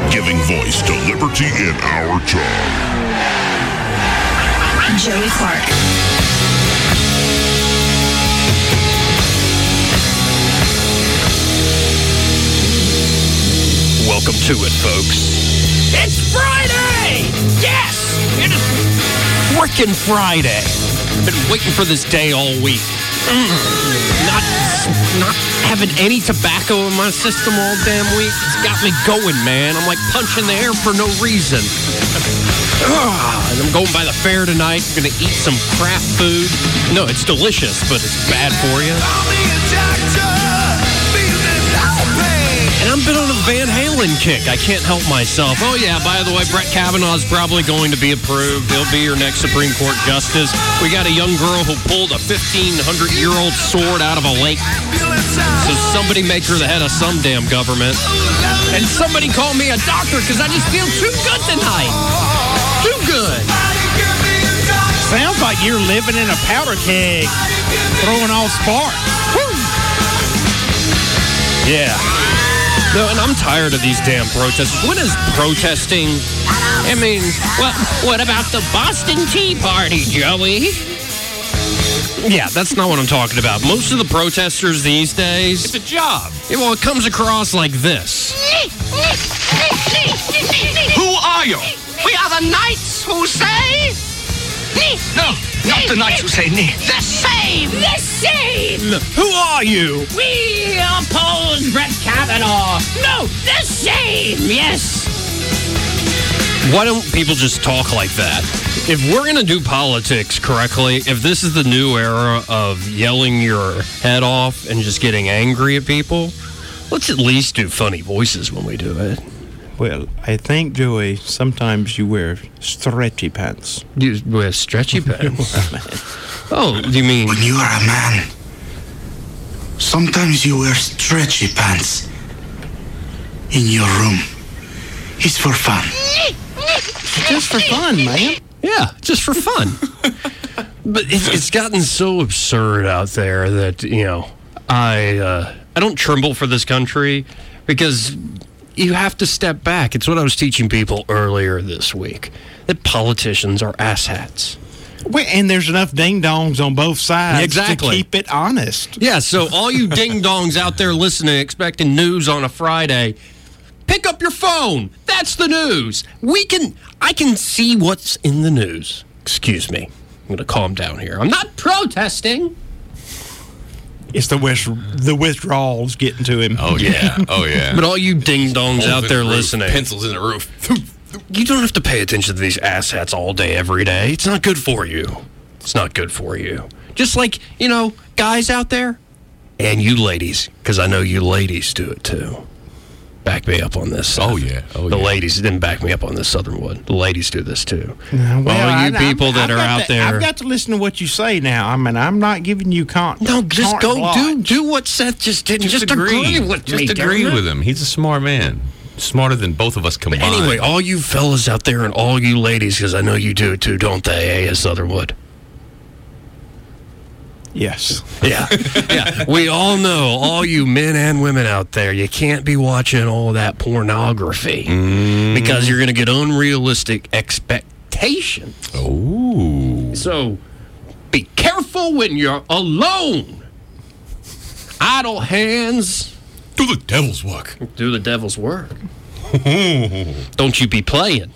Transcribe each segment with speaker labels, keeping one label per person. Speaker 1: Giving voice to liberty in our job.
Speaker 2: Joey Clark.
Speaker 3: Welcome to it, folks.
Speaker 4: It's Friday! Yes! It is
Speaker 3: freaking Friday. Been waiting for this day all week. Mm. Not, not having any tobacco in my system all damn week. It's got me going, man. I'm like punching the air for no reason. Ah, and I'm going by the fair tonight. I'm gonna eat some crap food. No, it's delicious, but it's bad for you. And I've been on a Van Halen kick. I can't help myself. Oh, yeah, by the way, Brett Kavanaugh's probably going to be approved. He'll be your next Supreme Court Justice. We got a young girl who pulled a 1,500 year old sword out of a lake. So somebody make her the head of some damn government. And somebody call me a doctor because I just feel too good tonight. Too good.
Speaker 5: Sounds like you're living in a powder keg, throwing all sparks. Woo!
Speaker 3: Yeah. No, and I'm tired of these damn protests. When is protesting? I mean,
Speaker 4: what what about the Boston Tea Party, Joey?
Speaker 3: Yeah, that's not what I'm talking about. Most of the protesters these days,
Speaker 4: it's a job.
Speaker 3: It, well, it comes across like this.
Speaker 4: Who are you?
Speaker 6: We are the knights who say.
Speaker 4: No, not the knights who say nee.
Speaker 6: The same.
Speaker 4: The same.
Speaker 3: Who are you?
Speaker 4: We oppose Brett Kavanaugh. No, the same. Yes.
Speaker 3: Why don't people just talk like that? If we're going to do politics correctly, if this is the new era of yelling your head off and just getting angry at people, let's at least do funny voices when we do it.
Speaker 7: Well, I think, Joey, sometimes you wear stretchy pants.
Speaker 3: You wear stretchy pants? oh, you mean.
Speaker 8: When you are a man, sometimes you wear stretchy pants in your room. It's for fun.
Speaker 7: just for fun, man.
Speaker 3: Yeah, just for fun. but it's, it's gotten so absurd out there that, you know, I, uh, I don't tremble for this country because you have to step back. It's what I was teaching people earlier this week that politicians are asshats.
Speaker 7: Well, and there's enough ding dongs on both sides exactly. to keep it honest.
Speaker 3: Yeah, so all you ding dongs out there listening, expecting news on a Friday, pick up your phone. That's the news. We can, I can see what's in the news. Excuse me. I'm going to calm down here. I'm not protesting.
Speaker 7: It's the wish, the withdrawals getting to him.
Speaker 9: Oh yeah, oh yeah.
Speaker 3: but all you ding dongs out there
Speaker 9: the
Speaker 3: listening,
Speaker 9: pencils in the roof.
Speaker 3: you don't have to pay attention to these asshats all day every day. It's not good for you. It's not good for you. Just like you know, guys out there, and you ladies, because I know you ladies do it too. Back me up on this.
Speaker 9: Oh yeah, oh,
Speaker 3: the
Speaker 9: yeah.
Speaker 3: ladies didn't back me up on this Southern one. The ladies do this too. No, well, all you I, people I'm, that
Speaker 7: I've
Speaker 3: are out
Speaker 7: to,
Speaker 3: there,
Speaker 7: I've got to listen to what you say now. I mean, I'm not giving you con.
Speaker 3: No, just go watch. do do what Seth just did. Just, just agree. agree with
Speaker 9: just me. agree with him. He's a smart man. Smarter than both of us combined.
Speaker 3: But anyway, all you fellas out there and all you ladies, because I know you do it too, don't they? eh, A.S. Southernwood.
Speaker 7: Yes.
Speaker 3: yeah. Yeah. We all know, all you men and women out there, you can't be watching all that pornography mm. because you're going to get unrealistic expectations.
Speaker 9: Oh.
Speaker 3: So be careful when you're alone. Idle hands
Speaker 9: do the devil's work.
Speaker 3: Do the devil's work. Don't you be playing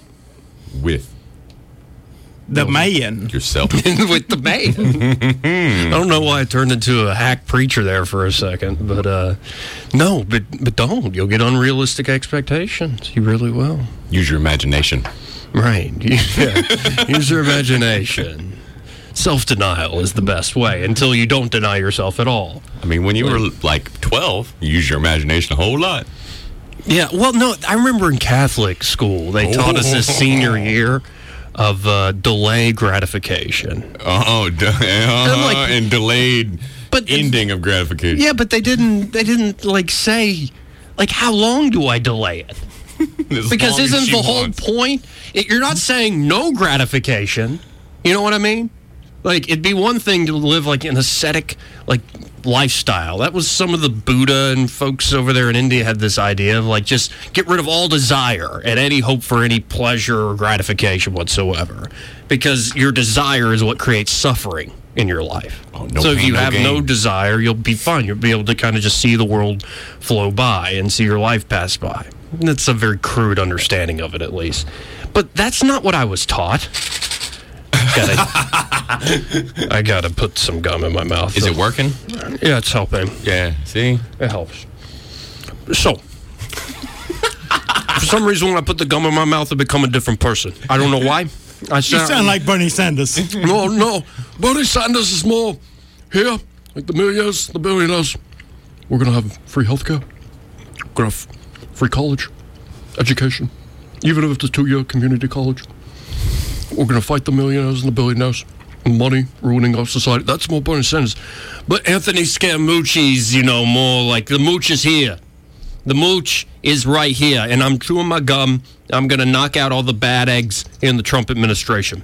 Speaker 9: with
Speaker 7: the man
Speaker 9: yourself
Speaker 3: with the man. I don't know why I turned into a hack preacher there for a second, but uh, no, but but don't. You'll get unrealistic expectations. You really will.
Speaker 9: Use your imagination.
Speaker 3: Right. Yeah. Use your imagination. Self denial is the best way until you don't deny yourself at all.
Speaker 9: I mean, when you were like 12, you used your imagination a whole lot.
Speaker 3: Yeah, well, no, I remember in Catholic school they taught us this senior year of uh, delay gratification.
Speaker 9: Oh, de-
Speaker 3: I'm like-
Speaker 9: uh-huh, and delayed ending of gratification.
Speaker 3: Yeah, but they didn't. They didn't like say, like, how long do I delay it?
Speaker 9: As
Speaker 3: because
Speaker 9: long as
Speaker 3: isn't
Speaker 9: she
Speaker 3: the whole
Speaker 9: wants.
Speaker 3: point? It, you're not saying no gratification. You know what I mean? Like it'd be one thing to live like an ascetic like lifestyle. That was some of the Buddha and folks over there in India had this idea of like just get rid of all desire and any hope for any pleasure or gratification whatsoever, because your desire is what creates suffering in your life.
Speaker 9: no
Speaker 3: so if
Speaker 9: pain,
Speaker 3: you
Speaker 9: no
Speaker 3: have no
Speaker 9: gain.
Speaker 3: desire, you'll be fine. You'll be able to kind of just see the world flow by and see your life pass by. That's a very crude understanding of it, at least. But that's not what I was taught. Gotta- I gotta put some gum in my mouth.
Speaker 9: Is it working?
Speaker 3: Yeah, it's helping.
Speaker 9: Yeah, see?
Speaker 3: It helps. So, for some reason, when I put the gum in my mouth, I become a different person. I don't know why. I
Speaker 5: You sound like Bernie Sanders.
Speaker 3: no, no. Bernie Sanders is more here, like the millionaires, the billionaires. We're going to have free healthcare. We're going to have free college, education, even if it's a two year community college. We're going to fight the millionaires and the billionaires. and Money ruining our society. That's more Bernie Sanders. But Anthony Scaramucci's, you know, more like the mooch is here. The mooch is right here. And I'm chewing my gum. I'm going to knock out all the bad eggs in the Trump administration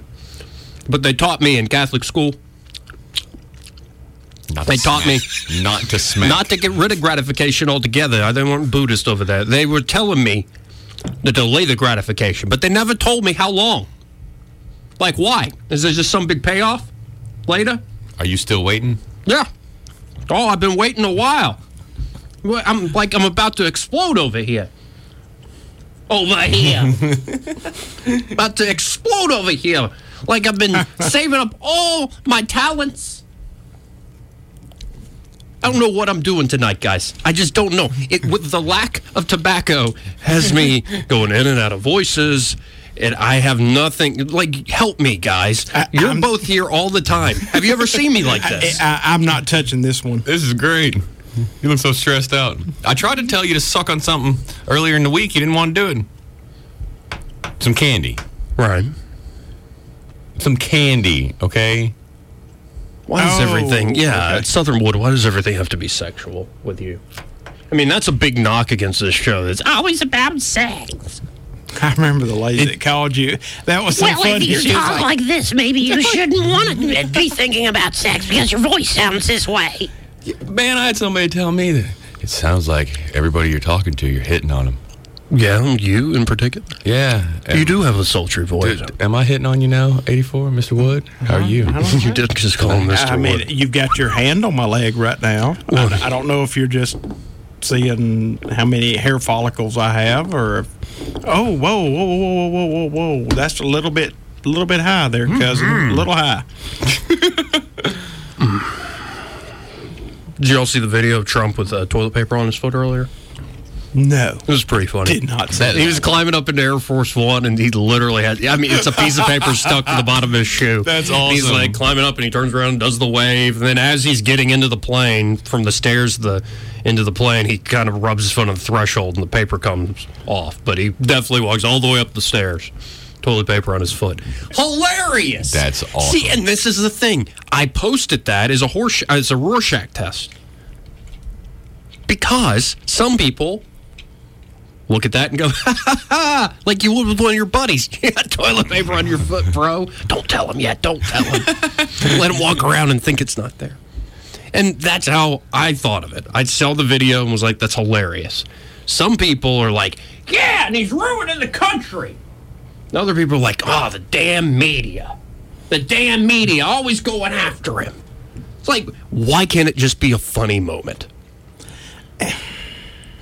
Speaker 3: but they taught me in Catholic school.
Speaker 9: Not
Speaker 3: they
Speaker 9: to
Speaker 3: taught me
Speaker 9: smack. Not to smack.
Speaker 3: not to get rid of gratification altogether. They weren't Buddhist over there. They were telling me to delay the gratification, but they never told me how long. Like, why? Is there just some big payoff later?
Speaker 9: Are you still waiting?
Speaker 3: Yeah. Oh, I've been waiting a while. Well, I'm like I'm about to explode over here. Over here. about to explode over here. Like I've been saving up all my talents. I don't know what I'm doing tonight, guys. I just don't know. It with the lack of tobacco has me going in and out of voices. And I have nothing. Like, help me, guys. You're both here all the time. Have you ever seen me like this?
Speaker 7: I, am not touching this one.
Speaker 9: This is great. You look so stressed out. I tried to tell you to suck on something earlier in the week. You didn't want to do it. Some candy.
Speaker 3: Right.
Speaker 9: Some candy, okay?
Speaker 3: Why does everything? Yeah, at Southern Wood. Why does everything have to be sexual with you? I mean, that's a big knock against this show. It's
Speaker 4: Always about sex.
Speaker 7: I remember the lady that called you. That was so
Speaker 4: well,
Speaker 7: funny.
Speaker 4: if you
Speaker 7: She was
Speaker 4: talk like this, maybe you shouldn't want to be thinking about sex because your voice sounds this way.
Speaker 9: Man, I had somebody tell me that. It sounds like everybody you're talking to, you're hitting on them.
Speaker 3: Yeah, you in particular.
Speaker 9: Yeah.
Speaker 3: You do Uh-huh. have a sultry voice.
Speaker 9: Dude, am I hitting on you now, 84, Mr. Wood? How are you?
Speaker 3: You did just call him Mr.
Speaker 7: I mean,
Speaker 3: Wood.
Speaker 7: you've got your hand on my leg right now. I, I don't know if you're just seeing how many hair follicles I have, or if- oh, whoa, whoa, whoa, whoa, whoa, whoa, whoa, that's a little bit, a little bit high there, cousin, a little high.
Speaker 3: Did you all see the video of Trump with uh, toilet paper on his foot earlier?
Speaker 7: No,
Speaker 3: It was pretty funny.
Speaker 7: did not say
Speaker 3: He was climbing up into Air Force One, and he literally had. I mean, it's a piece of paper stuck to the bottom of his shoe.
Speaker 9: That's
Speaker 3: He's
Speaker 9: awesome.
Speaker 3: like climbing up, and he turns around, and does the wave, and then as he's getting into the plane from the stairs to the into the plane, he kind of rubs his foot on the threshold, and the paper comes off. But he definitely walks all the way up the stairs. Toilet paper on his foot. Hilarious.
Speaker 9: That's awesome.
Speaker 3: See, and this is the thing. I posted that as a horse, as a Rorschach test, because some people look at that and go, ha ha ha, like you would with one of your buddies. You got toilet paper on your foot, bro. Don't tell him yet. Don't tell him. Let him walk around and think it's not there. And that's how I thought of it. I saw the video and was like, that's hilarious. Some people are like, yeah, and he's ruining the country. And other people are like, oh, the damn media. The damn media always going after him. It's like, why can't it just be a funny moment?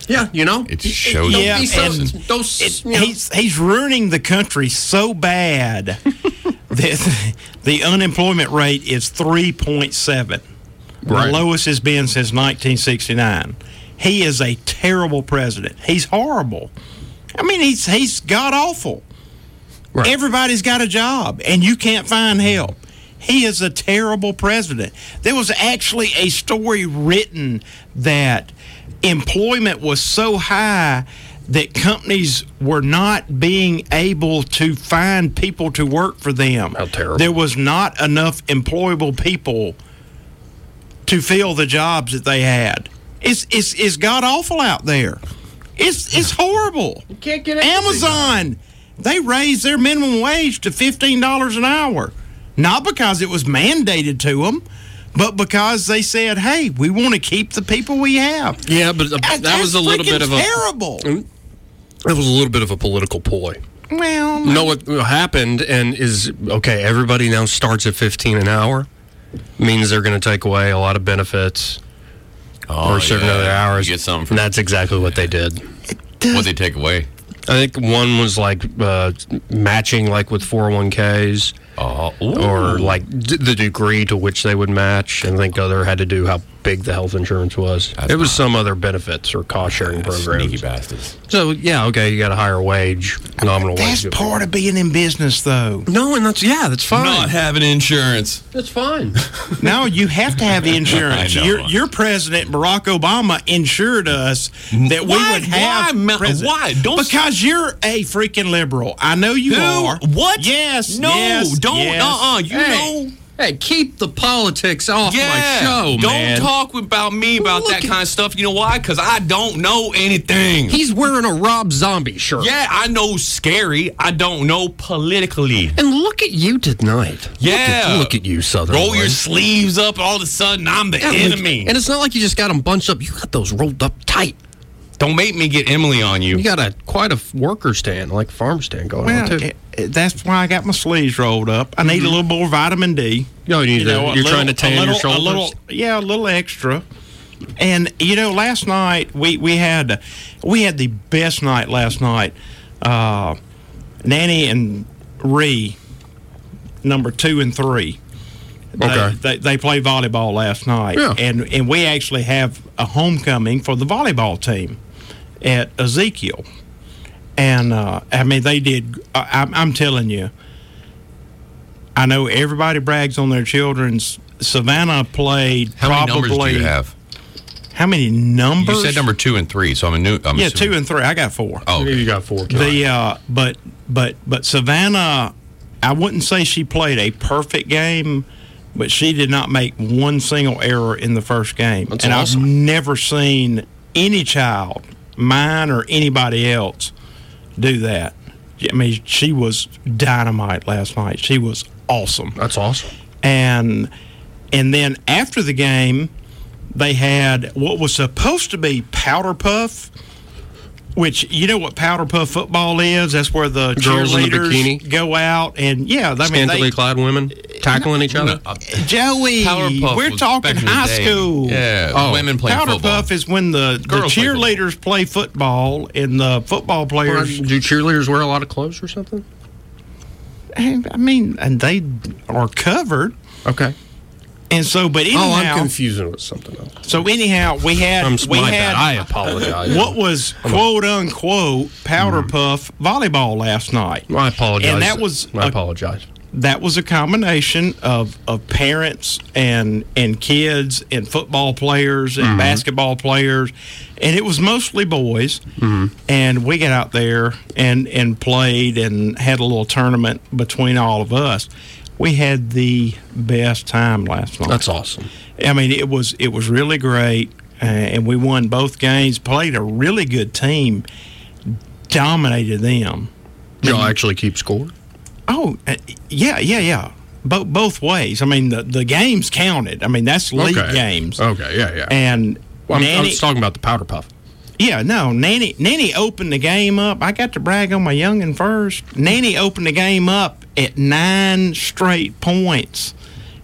Speaker 3: Yeah, you know?
Speaker 9: It shows
Speaker 3: Don't
Speaker 9: you
Speaker 3: be so-
Speaker 9: something.
Speaker 3: don't s- you know.
Speaker 7: he's he's ruining the country so bad that the unemployment rate is three point seven,
Speaker 3: Right.
Speaker 7: the lowest it's been since nineteen sixty nine. He is a terrible president. He's horrible. I mean, he's he's god awful.
Speaker 3: Right.
Speaker 7: Everybody's got a job, and you can't find help. He is a terrible president. There was actually a story written that employment was so high that companies were not being able to find people to work for them. How terrible. There was not enough employable people to fill the jobs that they had. It's it's it's god awful out there. It's it's horrible. You
Speaker 10: can't get anything.
Speaker 7: Amazon. They raised their minimum wage to fifteen dollars an hour, not because it was mandated to them, but because they said, "Hey, we want to keep the people we have."
Speaker 3: Yeah, but uh, that,
Speaker 7: that's
Speaker 3: was a little bit
Speaker 7: freaking
Speaker 3: of a
Speaker 7: terrible.
Speaker 9: Mm.
Speaker 3: That was a little bit of a political ploy.
Speaker 7: Well,
Speaker 3: No, what happened and is okay. Everybody now starts at fifteen an hour, means they're going to take away a lot of benefits
Speaker 9: Oh,
Speaker 3: or certain
Speaker 9: yeah.
Speaker 3: other hours.
Speaker 9: You get something
Speaker 3: and that's exactly what they did.
Speaker 9: What they take away?
Speaker 3: I think one was like uh, matching, like with four hundred one ks,
Speaker 9: Oh,
Speaker 3: or like d- the degree to which they would match, and I think other had to do how big the health insurance was. it was some other benefits or cost sharing programs. Sneaky
Speaker 9: bastards.
Speaker 3: So yeah, okay, you got a higher wage, nominal
Speaker 7: That's
Speaker 3: wage.
Speaker 7: part of being in business, though.
Speaker 3: No, and that's yeah, that's fine.
Speaker 9: Not having insurance.
Speaker 3: That's fine.
Speaker 7: no, you have to have insurance.
Speaker 9: I know.
Speaker 7: Your, your president, Barack Obama, insured us that we
Speaker 9: Why-
Speaker 7: would have.
Speaker 9: why ma-
Speaker 7: presi-
Speaker 9: why? Don't-
Speaker 7: because you're a freaking liberal. I know you
Speaker 9: Who?
Speaker 7: are.
Speaker 9: What?
Speaker 7: Yes.
Speaker 9: No,
Speaker 7: yes,
Speaker 9: don't-
Speaker 7: yes.
Speaker 9: uh-uh, you
Speaker 3: hey,
Speaker 9: know-
Speaker 3: Hey, keep the politics off my show,
Speaker 9: don't
Speaker 3: man.
Speaker 9: talk about me about that kind of stuff. You know why? Because I don't know anything.
Speaker 3: He's wearing a Rob Zombie shirt.
Speaker 9: yeah, I know scary. I don't know politically.
Speaker 3: And look at you tonight. Look
Speaker 9: Yeah.
Speaker 3: at, look at you, Southern.
Speaker 9: Roll your
Speaker 3: boy.
Speaker 9: sleeves up. All of a sudden, I'm the
Speaker 3: Yeah, look-
Speaker 9: enemy.
Speaker 3: and it's not like you just got them bunched up. You got those rolled up tight.
Speaker 9: don't make me get Emily on you.
Speaker 3: You got a quite a f- worker stand, like farm stand going on
Speaker 7: Well,
Speaker 3: too.
Speaker 7: it- it- that's why I got my sleeves rolled up. I need a little more vitamin D.
Speaker 3: No, you need to-
Speaker 7: a
Speaker 3: Mm-hmm. you're trying to
Speaker 7: a
Speaker 3: tan your
Speaker 7: little- a
Speaker 3: shoulders?
Speaker 7: little- yeah, a little extra. And you know, last night we we had we had the best night last night. Uh, Nanny and Ree, number two and three. They,
Speaker 3: Okay.
Speaker 7: They, they played volleyball last night,
Speaker 3: Yeah.
Speaker 7: and and we actually have a homecoming for the volleyball team at Ezekiel. And uh, I mean, they did. I, I'm, I'm telling you, I know everybody brags on their children's. Savannah played
Speaker 9: How many
Speaker 7: probably.
Speaker 9: numbers do you have?
Speaker 7: How many numbers?
Speaker 9: You said number two and three, so I'm a new. I'm
Speaker 7: yeah,
Speaker 9: assuming-
Speaker 7: two and three. I got four.
Speaker 9: Oh, okay.
Speaker 3: You got four.
Speaker 7: The uh, but but but Savannah, I wouldn't say she played a perfect game, but she did not make one single error in the first game,
Speaker 3: That's
Speaker 7: and I've
Speaker 3: awesome.
Speaker 7: never seen any child, mine or anybody else, do that. I mean, she was dynamite last night. She was awesome
Speaker 3: That's awesome.
Speaker 7: and and then after the game, they had what was supposed to be powder puff, which you know what powder puff football is. That's where the
Speaker 3: Girls in the
Speaker 7: cheerleaders
Speaker 3: bikini?
Speaker 7: go out and yeah, I mean,
Speaker 3: Scantily
Speaker 7: they, uh,
Speaker 3: clad women tackling each other.
Speaker 7: Joey,
Speaker 9: Powerpuff
Speaker 7: we're
Speaker 9: was
Speaker 7: talking
Speaker 9: back in the
Speaker 7: high
Speaker 9: day.
Speaker 7: school.
Speaker 9: Yeah,
Speaker 3: Oh.
Speaker 9: women playing
Speaker 7: Powder
Speaker 9: football.
Speaker 7: puff is when the, the
Speaker 9: Girls play football.
Speaker 7: cheerleaders play football and the football
Speaker 3: Or
Speaker 7: players.
Speaker 3: do cheerleaders wear a lot of clothes or something?
Speaker 7: I mean, and they are covered.
Speaker 3: Okay.
Speaker 7: And so, but anyhow,
Speaker 3: oh, I'm confusing it with something else.
Speaker 7: so anyhow, we had
Speaker 3: I'm,
Speaker 7: we
Speaker 3: my bad.
Speaker 7: had
Speaker 3: I apologize.
Speaker 7: what was quote unquote powder puff volleyball last night
Speaker 3: Mm-hmm. I apologize.
Speaker 7: And that was
Speaker 3: I
Speaker 7: a-
Speaker 3: apologize.
Speaker 7: that was a combination of, of parents and and kids and football players
Speaker 3: Mm-hmm.
Speaker 7: and basketball players and it was mostly boys
Speaker 3: Mm-hmm.
Speaker 7: and we got out there and and played and had a little tournament between all of us we had the best time last night
Speaker 3: That's awesome.
Speaker 7: I mean, it was it was really great, uh, and we won both games. Played a really good team, dominated them.
Speaker 3: Do y'all actually keep score?
Speaker 7: Oh, uh, yeah, yeah, yeah. Both both ways. I mean, the the games counted. I mean, that's league
Speaker 3: Okay.
Speaker 7: games.
Speaker 3: Okay, yeah, yeah.
Speaker 7: And
Speaker 3: Well, I'm, I
Speaker 7: Nanny,
Speaker 3: was talking about the powder puff.
Speaker 7: yeah, no, Nanny Nanny opened the game up. I got to brag on my youngin first. Nanny opened the game up at nine straight points.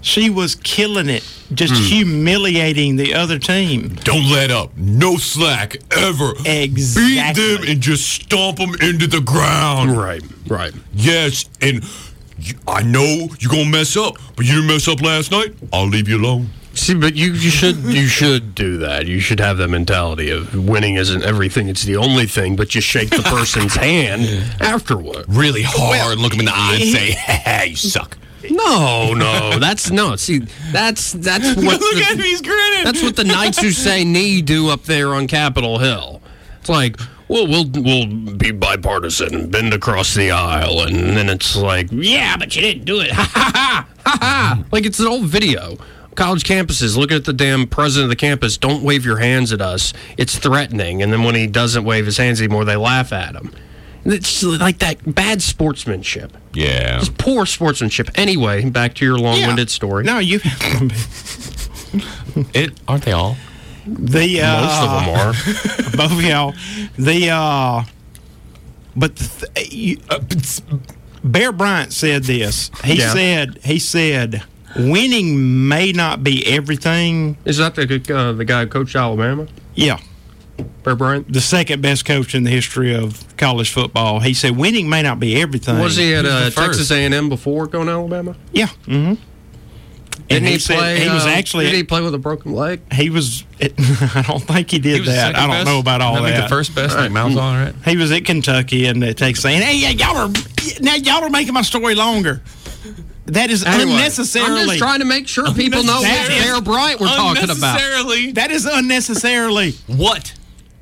Speaker 7: She was killing it, just
Speaker 3: Hmm.
Speaker 7: humiliating the other team.
Speaker 9: Don't let up. No slack ever.
Speaker 7: Exactly.
Speaker 9: Beat them and just stomp them into the ground.
Speaker 3: Right, right.
Speaker 9: Yes, and you, I know you're gonna mess up, but you didn't mess up last night. I'll leave you alone.
Speaker 3: See, but you, you should you should do that. You should have that mentality of winning isn't everything; it's the only thing. But you shake the person's hand afterward.
Speaker 9: Really hard. look him in the eye and say, "Hey, you suck."
Speaker 3: No, no, that's no. See, that's that's what.
Speaker 9: Look
Speaker 3: the-
Speaker 9: at him. He's grinning.
Speaker 3: That's what the knights who say knee do up there on Capitol Hill. It's like well, we'll we'll be bipartisan and bend across the aisle, and then it's like, yeah, but you didn't do it. Ha ha ha ha ha! Like it's an old video. College campuses looking at the damn president of the campus. Don't wave your hands at us. It's threatening. And then when he doesn't wave his hands anymore, they laugh at him. And It's like that bad sportsmanship.
Speaker 9: Yeah.
Speaker 3: It's poor sportsmanship. Anyway, back to your long-winded story. No,
Speaker 7: you.
Speaker 9: it aren't they all?
Speaker 7: The uh,
Speaker 3: Most
Speaker 7: of them are. both of y'all. The uh, but the th- you, uh, Bear Bryant said this. He
Speaker 3: Yeah.
Speaker 7: said he said winning may not be everything.
Speaker 3: Is that the uh, the guy who coached Alabama?
Speaker 7: Yeah.
Speaker 3: Bear Bryant,
Speaker 7: the second best coach in the history of college football. He said winning may not be everything.
Speaker 3: Was he at uh, Texas A&M before going to Alabama?
Speaker 7: Yeah. Mm-hmm.
Speaker 3: Didn't
Speaker 7: And
Speaker 3: he,
Speaker 7: he said
Speaker 3: play?
Speaker 7: he was
Speaker 3: uh,
Speaker 7: actually-
Speaker 3: Did he play with a broken leg?
Speaker 7: He was. It, I don't think he did
Speaker 3: was the
Speaker 7: that. I
Speaker 3: second
Speaker 7: don't
Speaker 3: best?
Speaker 7: know about all
Speaker 3: I think
Speaker 7: that.
Speaker 3: the first best, like Malzahn, right?
Speaker 7: He was at Kentucky and it takes saying, "Hey, yeah, y'all are now y'all are making my story longer." That is
Speaker 3: Anyway,
Speaker 7: unnecessarily.
Speaker 3: I'm just trying to make sure people know what
Speaker 7: That is-
Speaker 3: Bear Bryant we're talking about.
Speaker 9: Unnecessarily.
Speaker 7: That is unnecessarily.
Speaker 9: What?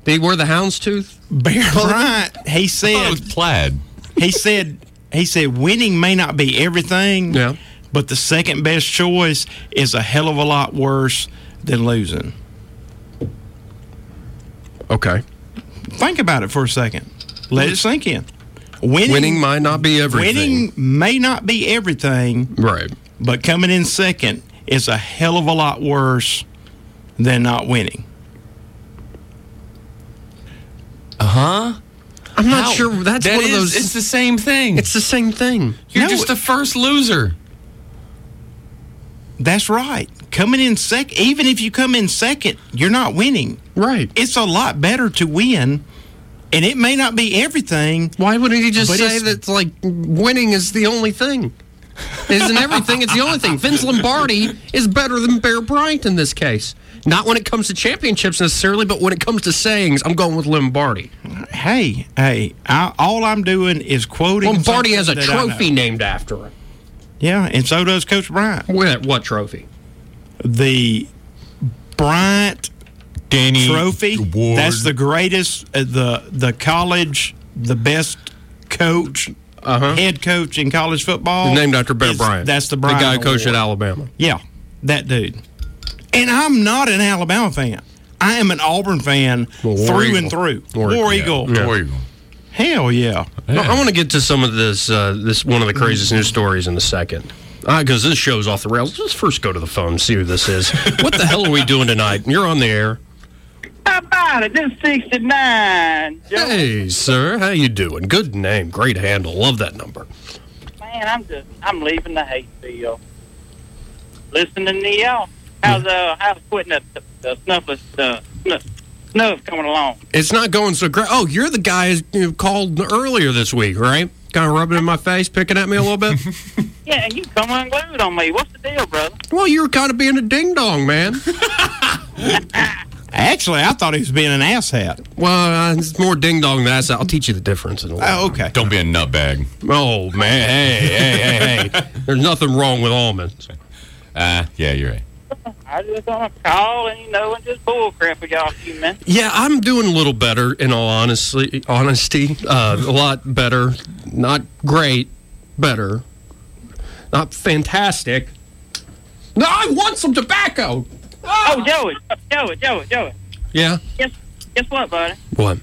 Speaker 3: Did he wear the houndstooth?
Speaker 7: Bear Bryant. He said
Speaker 9: it was plaid.
Speaker 7: He said he said winning may not be everything.
Speaker 3: Yeah.
Speaker 7: But the second best choice is a hell of a lot worse than losing.
Speaker 3: Okay.
Speaker 7: Think about it for a second. Let it sink in. Winning,
Speaker 3: Winning might not be everything.
Speaker 7: Winning may not be everything.
Speaker 3: Right.
Speaker 7: But coming in second is a hell of a lot worse than not winning.
Speaker 9: Uh huh.
Speaker 3: I'm not
Speaker 9: How?
Speaker 3: sure. That's
Speaker 9: That
Speaker 3: one
Speaker 9: is-
Speaker 3: of those.
Speaker 9: It's the same thing.
Speaker 3: It's the same thing.
Speaker 9: You're just the first loser.
Speaker 7: That's right. Coming in second, even if you come in second, you're not winning.
Speaker 3: Right.
Speaker 7: It's a lot better to win, and it may not be everything.
Speaker 3: Why wouldn't he just
Speaker 7: but
Speaker 3: say
Speaker 7: it's-
Speaker 3: that like winning is the only thing? Isn't everything? It's the only thing. Vince Lombardi is better than Bear Bryant in this case. Not when it comes to championships necessarily, but when it comes to sayings, I'm going with Lombardi.
Speaker 7: Hey, hey, I, all I'm doing is quoting.
Speaker 3: Lombardi has a
Speaker 7: something that I know.
Speaker 3: trophy named after him.
Speaker 7: Yeah, and so does Coach Bryant.
Speaker 3: What, what trophy?
Speaker 7: The Bryant
Speaker 9: Danny
Speaker 7: Trophy.
Speaker 9: Ward.
Speaker 7: That's the greatest. Uh, the the college, the best coach, head coach in college football.
Speaker 3: Uh-huh. named after Bear
Speaker 7: Oh, is-
Speaker 3: Bryant.
Speaker 7: That's the
Speaker 3: the
Speaker 7: Bryant.
Speaker 3: guy who coached at
Speaker 7: Award.
Speaker 3: Alabama.
Speaker 7: Yeah, that dude. And I'm not an Alabama fan. I am an Auburn fan through and through. War, Eagle. Hell yeah.
Speaker 3: No, I want to get to some of this. Uh, this one of the craziest news stories in a second. Because this show's off the rails. Let's first go to the phone and see who this is. what the hell are we doing tonight? You're on the air.
Speaker 10: How about it? This 69. Joe.
Speaker 3: Hey, sir. How you doing? Good name. Great handle. Love that number.
Speaker 10: Man, I'm just, I'm leaving the hate field. Listening to y'all. How's, uh, how's quitting the, the, the snuffers, uh, snuff, snuff coming along?
Speaker 3: It's not going so great. Oh, you're the guy who you know, called earlier this week, right? Kind of rubbing in my face, picking at me a little bit.
Speaker 10: Yeah, and you come unglued on me. What's the deal, brother?
Speaker 3: well, you were kind of being a ding dong, man.
Speaker 7: Actually, I thought he was being an asshat.
Speaker 3: Well, uh, it's more ding dong than that. So I'll teach you the difference in a little.
Speaker 7: Oh, okay.
Speaker 9: Don't be a nutbag.
Speaker 3: Oh man, hey, hey, hey, hey! There's nothing wrong with almonds.
Speaker 9: Ah, yeah, you're right.
Speaker 10: I just want to call and, you know, and just bullcrap with y'all a few minutes.
Speaker 3: Yeah, I'm doing a little better in all honestly, honesty. Uh, a lot better. Not great, better. Not fantastic. No, I want some tobacco.
Speaker 10: Oh, Joey, Joey, Joey, Joey.
Speaker 3: Yeah.
Speaker 10: Guess, guess what, buddy?
Speaker 3: What?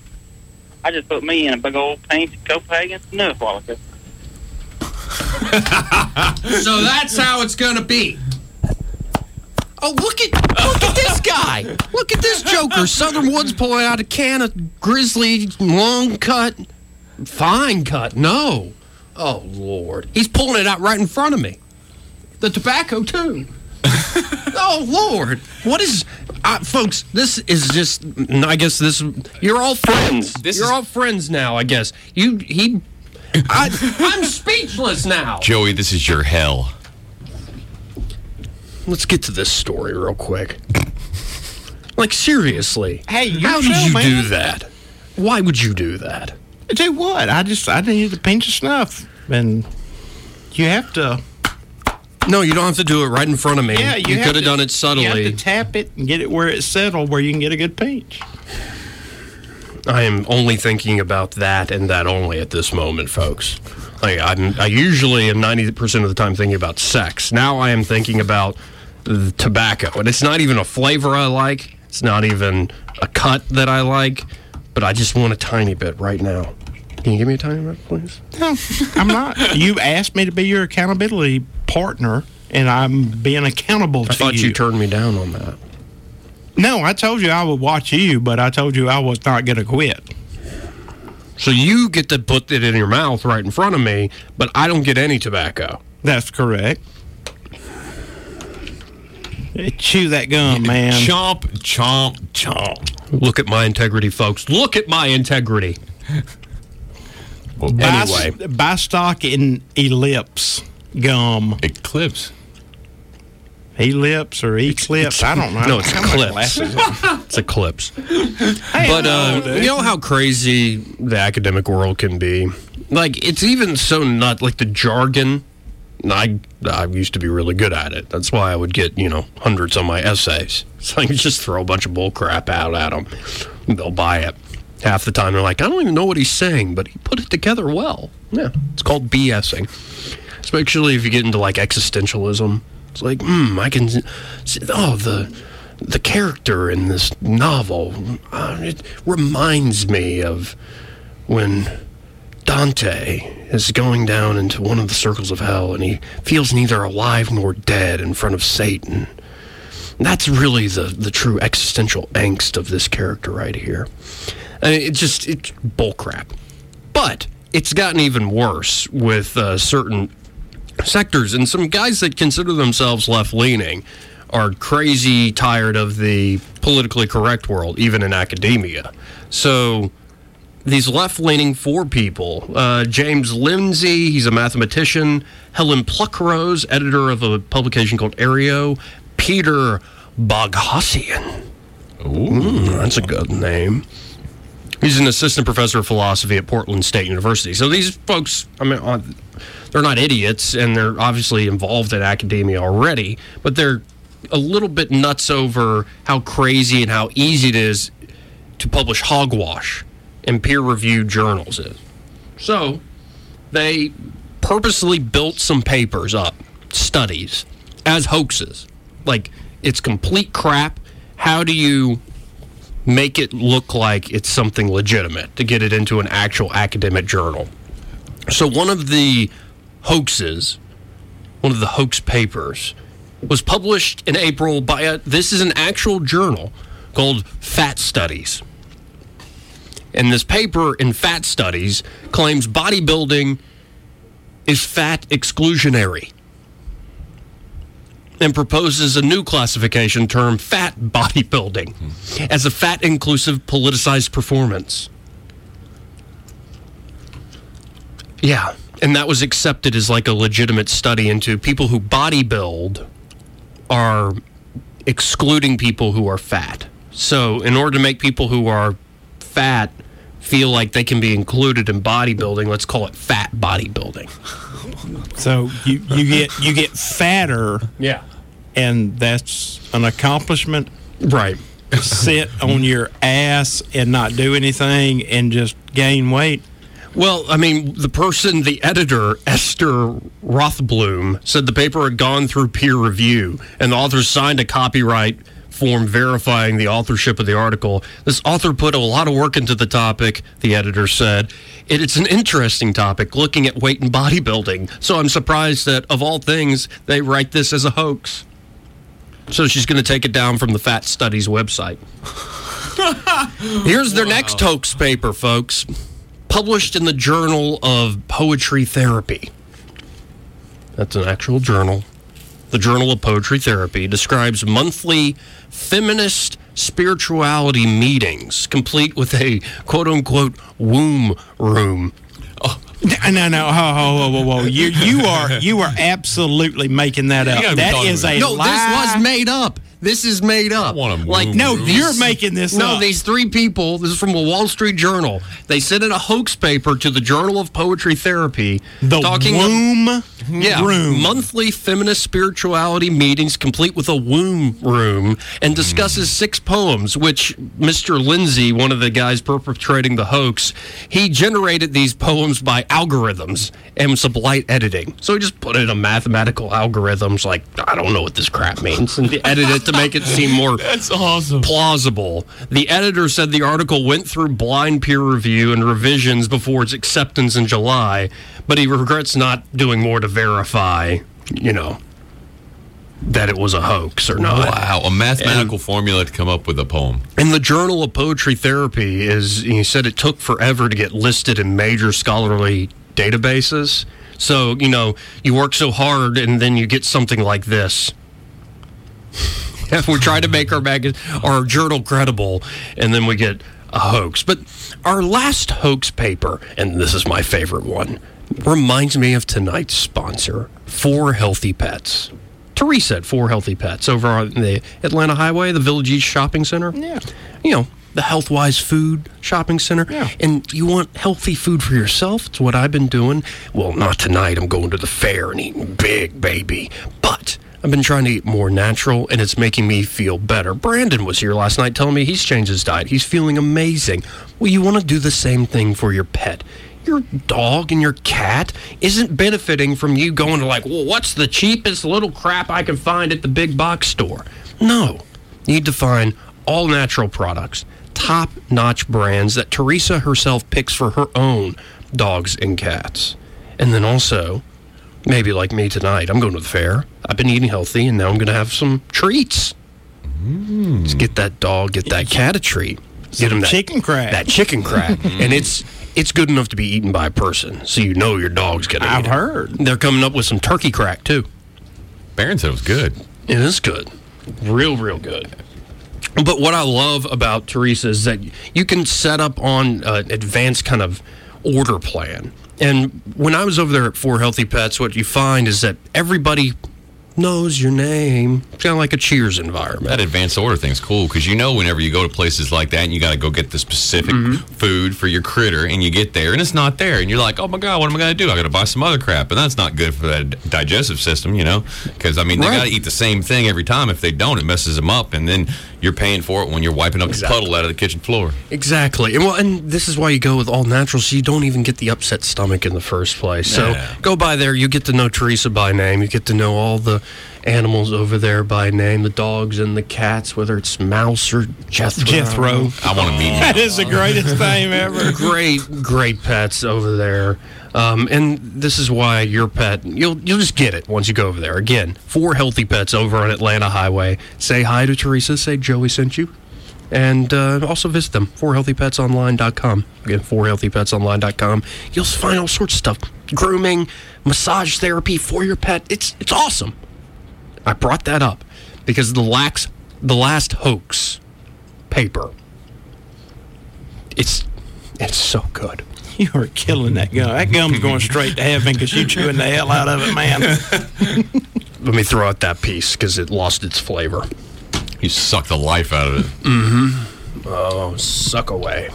Speaker 10: I just put me in a big old painted Copenhagen snuff while ago.
Speaker 3: So that's how it's gonna be. Oh, look at look at this guy! Look at this Joker. Southern Woods pulling out a can of Grizzly long cut, fine cut. No, oh Lord, he's pulling it out right in front of me. The tobacco too. oh Lord, what is, uh, folks? This is just. I guess this. You're all friends. you're all friends now. I guess you. He. I, I'm speechless now.
Speaker 9: Joey, this is your hell.
Speaker 3: Let's get to this story real quick. Like seriously,
Speaker 7: Hey, your
Speaker 3: how did
Speaker 7: show,
Speaker 3: you
Speaker 7: man.
Speaker 3: do that? Why would you do that?
Speaker 7: I tell you what, I just I needed a pinch of snuff, and you have to.
Speaker 3: No, you don't have to do it right in front of me.
Speaker 7: Yeah, you, have
Speaker 3: could have
Speaker 7: to-
Speaker 3: done it
Speaker 7: You
Speaker 3: subtly.
Speaker 7: have to tap it and get it where it's settled, where you can get a good pinch.
Speaker 3: I am only thinking about that and that only at this moment, folks. Like I'm, I usually am ninety percent of the time thinking about sex. Now I am thinking about the tobacco, and it's not even a flavor I like. It's not even a cut that I like. But I just want a tiny bit right now. Can you give me a tiny bit, please?
Speaker 7: No, I'm not. you asked me to be your accountability partner, and I'm being accountable
Speaker 3: I
Speaker 7: to
Speaker 3: thought
Speaker 7: you.
Speaker 3: you turned me down on that.
Speaker 7: no, I told you I would watch you, but I told you I was not going to quit.
Speaker 3: So you get to put it in your mouth right in front of me, but I don't get any tobacco.
Speaker 7: That's correct. Chew that gum, man.
Speaker 3: Chomp, chomp, chomp. Look at my integrity, folks. Look at my integrity.
Speaker 7: Buy, s-
Speaker 3: anyway,
Speaker 7: buy stock in Ellipse gum.
Speaker 9: Eclipse.
Speaker 7: Ellipse or Eclipse. I don't know.
Speaker 3: No, it's
Speaker 7: How many
Speaker 3: Eclipse.
Speaker 7: glasses?
Speaker 3: it's a clips. but uh, you know how crazy the academic world can be. Like it's even so nut like the jargon. and I I used to be really good at it. That's why I would get you know hundreds on my essays. So I could just throw a bunch of bull crap out at them. They'll buy it. Half the time they're like, I don't even know what he's saying, but he put it together well. Yeah, it's called BSing. Especially if you get into like existentialism. It's like, hmm, I can see, oh the the character in this novel uh, it reminds me of when Dante is going down into one of the circles of hell and he feels neither alive nor dead in front of Satan. And that's really the, the true existential angst of this character right here. And it just, it's bullcrap. But it's gotten even worse with uh, certain sectors. And some guys that consider themselves left leaning are crazy tired of the politically correct world, even in academia. So these left leaning four people uh, James Lindsay, he's a mathematician, Helen Pluckrose, editor of a publication called Aereo, Peter Boghossian. Ooh, that's a good name. He's an assistant professor of philosophy at Portland State University. So these folks, I mean, uh, they're not idiots, and they're obviously involved in academia already, but they're a little bit nuts over how crazy and how easy it is to publish hogwash in peer-reviewed journals. Is so they purposely built some papers up, studies, as hoaxes. Like it's complete crap. How do you make it look like it's something legitimate to get it into an actual academic journal. So one of the hoaxes, one of the hoax papers, was published in April by a, this is an actual journal called Fat Studies. And this paper in Fat Studies claims bodybuilding is fat exclusionary and proposes a new classification term, fat bodybuilding, as a fat inclusive politicized performance. Yeah, and that was accepted as like a legitimate study into people who bodybuild are excluding people who are fat. So, in order to make people who are fat feel like they can be included in bodybuilding, let's call it fat bodybuilding.
Speaker 7: So you, you get you get fatter.
Speaker 3: Yeah.
Speaker 7: And that's an accomplishment.
Speaker 3: Right.
Speaker 7: Sit on your ass and not do anything and just gain weight.
Speaker 3: Well, I mean, the person, the editor, Esther Rothblum, said the paper had gone through peer review, and the authors signed a copyright form verifying the authorship of the article. This author put a lot of work into the topic, the editor said. It, it's an interesting topic, looking at weight and bodybuilding, so I'm surprised that, of all things, they write this as a hoax. So she's going to take it down from the Fat Studies website. Here's their next hoax paper, folks. Published in the Journal of Poetry Therapy. That's an actual journal. The Journal of Poetry Therapy describes monthly feminist spirituality meetings, complete with a quote unquote womb room.
Speaker 7: No, no, no. Whoa, whoa, whoa, whoa, whoa. You, you are you are absolutely making that up.
Speaker 3: You gotta be
Speaker 7: That
Speaker 3: talking
Speaker 7: is
Speaker 3: about
Speaker 7: a
Speaker 3: it. No, this
Speaker 7: lie.
Speaker 3: was made up. This is made up. like
Speaker 7: No, you're making this
Speaker 3: No,
Speaker 7: up.
Speaker 3: these three people. This is from a Wall Street Journal. They sent in a hoax paper to the Journal of Poetry Therapy, the talking
Speaker 7: womb
Speaker 3: yeah,
Speaker 7: room.
Speaker 3: monthly feminist spirituality meetings, complete with a womb room, and discusses six poems. Which Mr. Lindsay, one of the guys perpetrating the hoax, he generated these poems by algorithms and some light editing. So he just put in a mathematical algorithms, like I don't know what this crap means, and edited it to make it seem more
Speaker 9: That's awesome.
Speaker 3: plausible. The editor said the article went through blind peer review and revisions before its acceptance in July, but he regrets not doing more to verify, you know, that it was a hoax or not.
Speaker 9: Wow, a mathematical formula to come up with a poem.
Speaker 3: And the Journal of Poetry Therapy is, he said it took forever to get listed in major scholarly databases. So, you know, you work so hard and then you get something like this. We're trying to make our, mag- our journal credible and then we get a hoax. But our last hoax paper, and this is my favorite one, reminds me of tonight's sponsor, Four Healthy Pets. Teresa at Four Healthy Pets over on the Atlanta Highway, the Village East Shopping Center. Yeah. You know, the Health Wise Food Shopping Center. Yeah. And you want healthy food for yourself. It's what I've been doing. Well, not tonight. I'm going to the fair and eating big, baby. But I've been trying to eat more natural and it's making me feel better. Brandon was here last night telling me he's changed his diet. He's feeling amazing. Well, you want to do the same thing for your pet your dog and your cat isn't benefiting from you going to like, well, what's the cheapest little crap I can find at the big box store? No. You need to find all natural products, top notch brands that Teresa herself picks for her own dogs and cats. And then also, maybe like me tonight, I'm going to the fair. I've been eating healthy and now I'm going to have some treats. Just get that dog, get that cat a treat. Get him that
Speaker 7: chicken crack.
Speaker 3: That chicken crack, and it's it's good enough to be eaten by a person, so you know your dog's gonna. I've
Speaker 11: heard
Speaker 3: they're coming up with some turkey crack too.
Speaker 9: Barron said it was good.
Speaker 3: It is good, real real good. But what I love about Teresa is that you can set up on an advanced kind of order plan. And when I was over there at Four Healthy Pets, what you find is that everybody knows your name. It's kind of like a Cheers environment.
Speaker 9: That advanced order thing's cool because you know whenever you go to places like that and you got to go get the specific food for your critter and you get there and it's not there and you're like, oh my god, what am I gonna do? I gotta buy some other crap and that's not good for that digestive system, you know? Because I mean, they
Speaker 3: Right.
Speaker 9: gotta eat the same thing every time. If they don't, it messes them up and then you're paying for it when you're wiping up
Speaker 3: Exactly.
Speaker 9: the puddle out of the kitchen floor.
Speaker 3: Exactly. And well, and this is why you go with all natural, so you don't even get the upset stomach in the first place.
Speaker 9: Yeah.
Speaker 3: So go by there. You get to know Teresa by name. You get to know all the animals over there by name, the dogs and the cats, whether it's Mouse or Jethro.
Speaker 7: Jethro.
Speaker 9: I want to meet
Speaker 7: That is the greatest thing ever.
Speaker 3: great, great pets over there. Um, and this is why your pet you'll you'll just get it once you go over there. Again, four healthy pets over on Atlanta Highway. Say hi to Teresa. Say Joey sent you. And uh, also visit them, fourhealthypetsonline.com. Again, fourhealthypetsonline.com. You'll find all sorts of stuff grooming, massage therapy for your pet. It's, it's awesome. I brought that up because the, lax, the last hoax paper it's it's so good.
Speaker 11: You are killing that gum. That gum's going straight to heaven because you chewing the hell out of it, man.
Speaker 3: Let me throw out that piece because it lost its flavor.
Speaker 9: You suck the life out of it.
Speaker 3: Mm-hmm. Oh, suck away.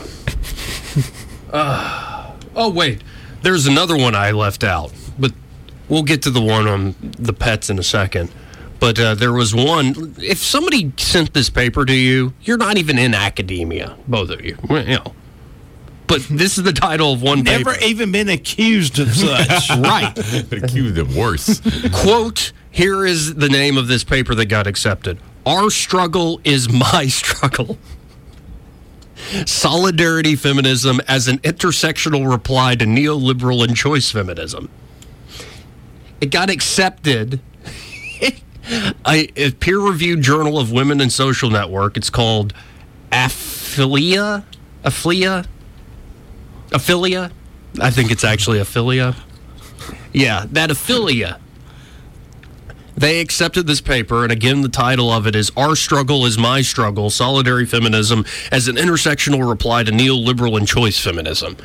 Speaker 3: Ah. oh wait, there's another one I left out, but we'll get to the one on the pets in a second. But uh, there was one. If somebody sent this paper to you, you're not even in academia, both of you. Well, you know. But this is the title of one paper.
Speaker 7: Never even been accused of such.
Speaker 3: right.
Speaker 9: Accused of worse.
Speaker 3: Quote, here is the name of this paper that got accepted. Our struggle is my struggle. Solidarity feminism as an intersectional reply to neoliberal and choice feminism. It got accepted. I, a peer reviewed journal of women and social network. It's called Affilia. Affilia? Affilia? I think it's actually Affilia. Yeah, that Affilia. They accepted this paper, and again, the title of it is Our Struggle is My Struggle Solidary Feminism as an Intersectional Reply to Neoliberal and Choice Feminism.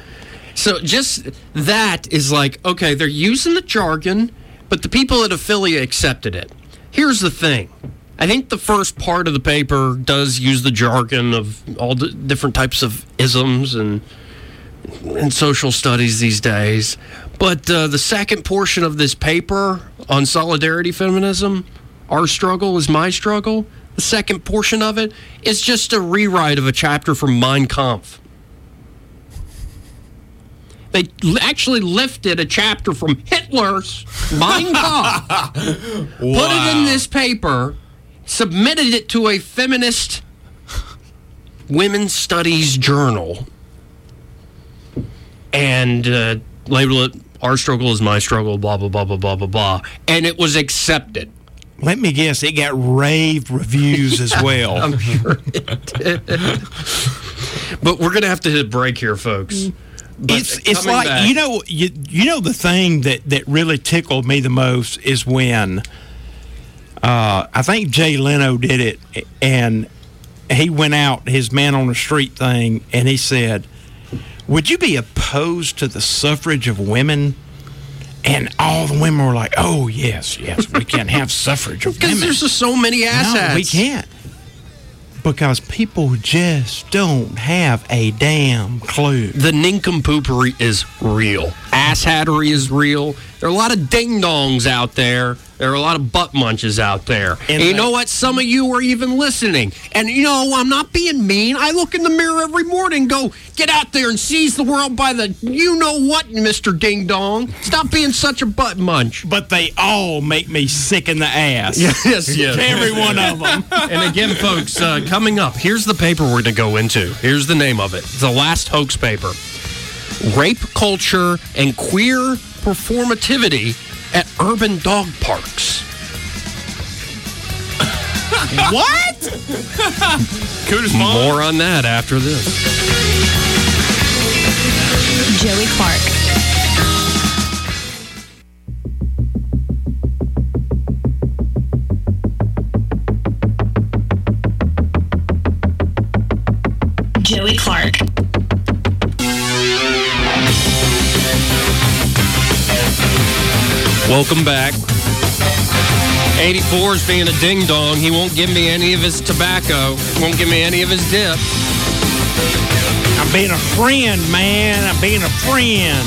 Speaker 3: So, just that is like, okay, they're using the jargon, but the people at Affiliate accepted it. Here's the thing I think the first part of the paper does use the jargon of all the different types of isms and and social studies these days. But uh, the second portion of this paper on solidarity feminism, our struggle is my struggle. The second portion of it is just a rewrite of a chapter from Mein Kampf. They l- actually lifted a chapter from Hitler's Mein Kampf, put it in this paper, submitted it to a feminist women's studies journal, and uh, labeled it "Our Struggle Is My Struggle." Blah blah blah blah blah blah blah, and it was accepted.
Speaker 7: Let me guess, it got rave reviews as well.
Speaker 3: I'm sure it did. but we're gonna have to hit a break here, folks.
Speaker 7: Mm.
Speaker 3: But
Speaker 7: it's it's
Speaker 3: coming
Speaker 7: like
Speaker 3: back-
Speaker 7: you know you you know the thing that that really tickled me the most is when uh, I think Jay Leno did it and he went out his man on the street thing and he said, "Would you be opposed to the suffrage of women?" And all the women were like, "Oh yes, yes, we can have suffrage of women."
Speaker 3: Because there's just so many assets.
Speaker 7: No, we can't. Because people just don't have a damn clue.
Speaker 3: The nincompoopery is real. Ass hattery is real. There are a lot of ding dongs out there. There are a lot of butt munches out there. And, you know what? Some of you are even listening. And you know, I'm not being mean. I look in the mirror every morning, and go, get out there and seize the world by the you know what, Mr. Ding Dong. Stop being such a butt munch.
Speaker 7: But they all make me sick in the ass.
Speaker 3: Yes, yes.
Speaker 7: Every one of them.
Speaker 3: and again, folks, uh, coming up, here's the paper we're going to go into. Here's the name of it. It's the last hoax paper Rape Culture and Queer Performativity at Urban Dog Parks.
Speaker 12: what?
Speaker 3: More on that after this.
Speaker 4: Joey Clark. Joey Clark.
Speaker 13: Welcome back.
Speaker 3: 84 is being a ding dong. He won't give me any of his tobacco, won't give me any of his dip.
Speaker 7: I'm being a friend, man. I'm being a friend.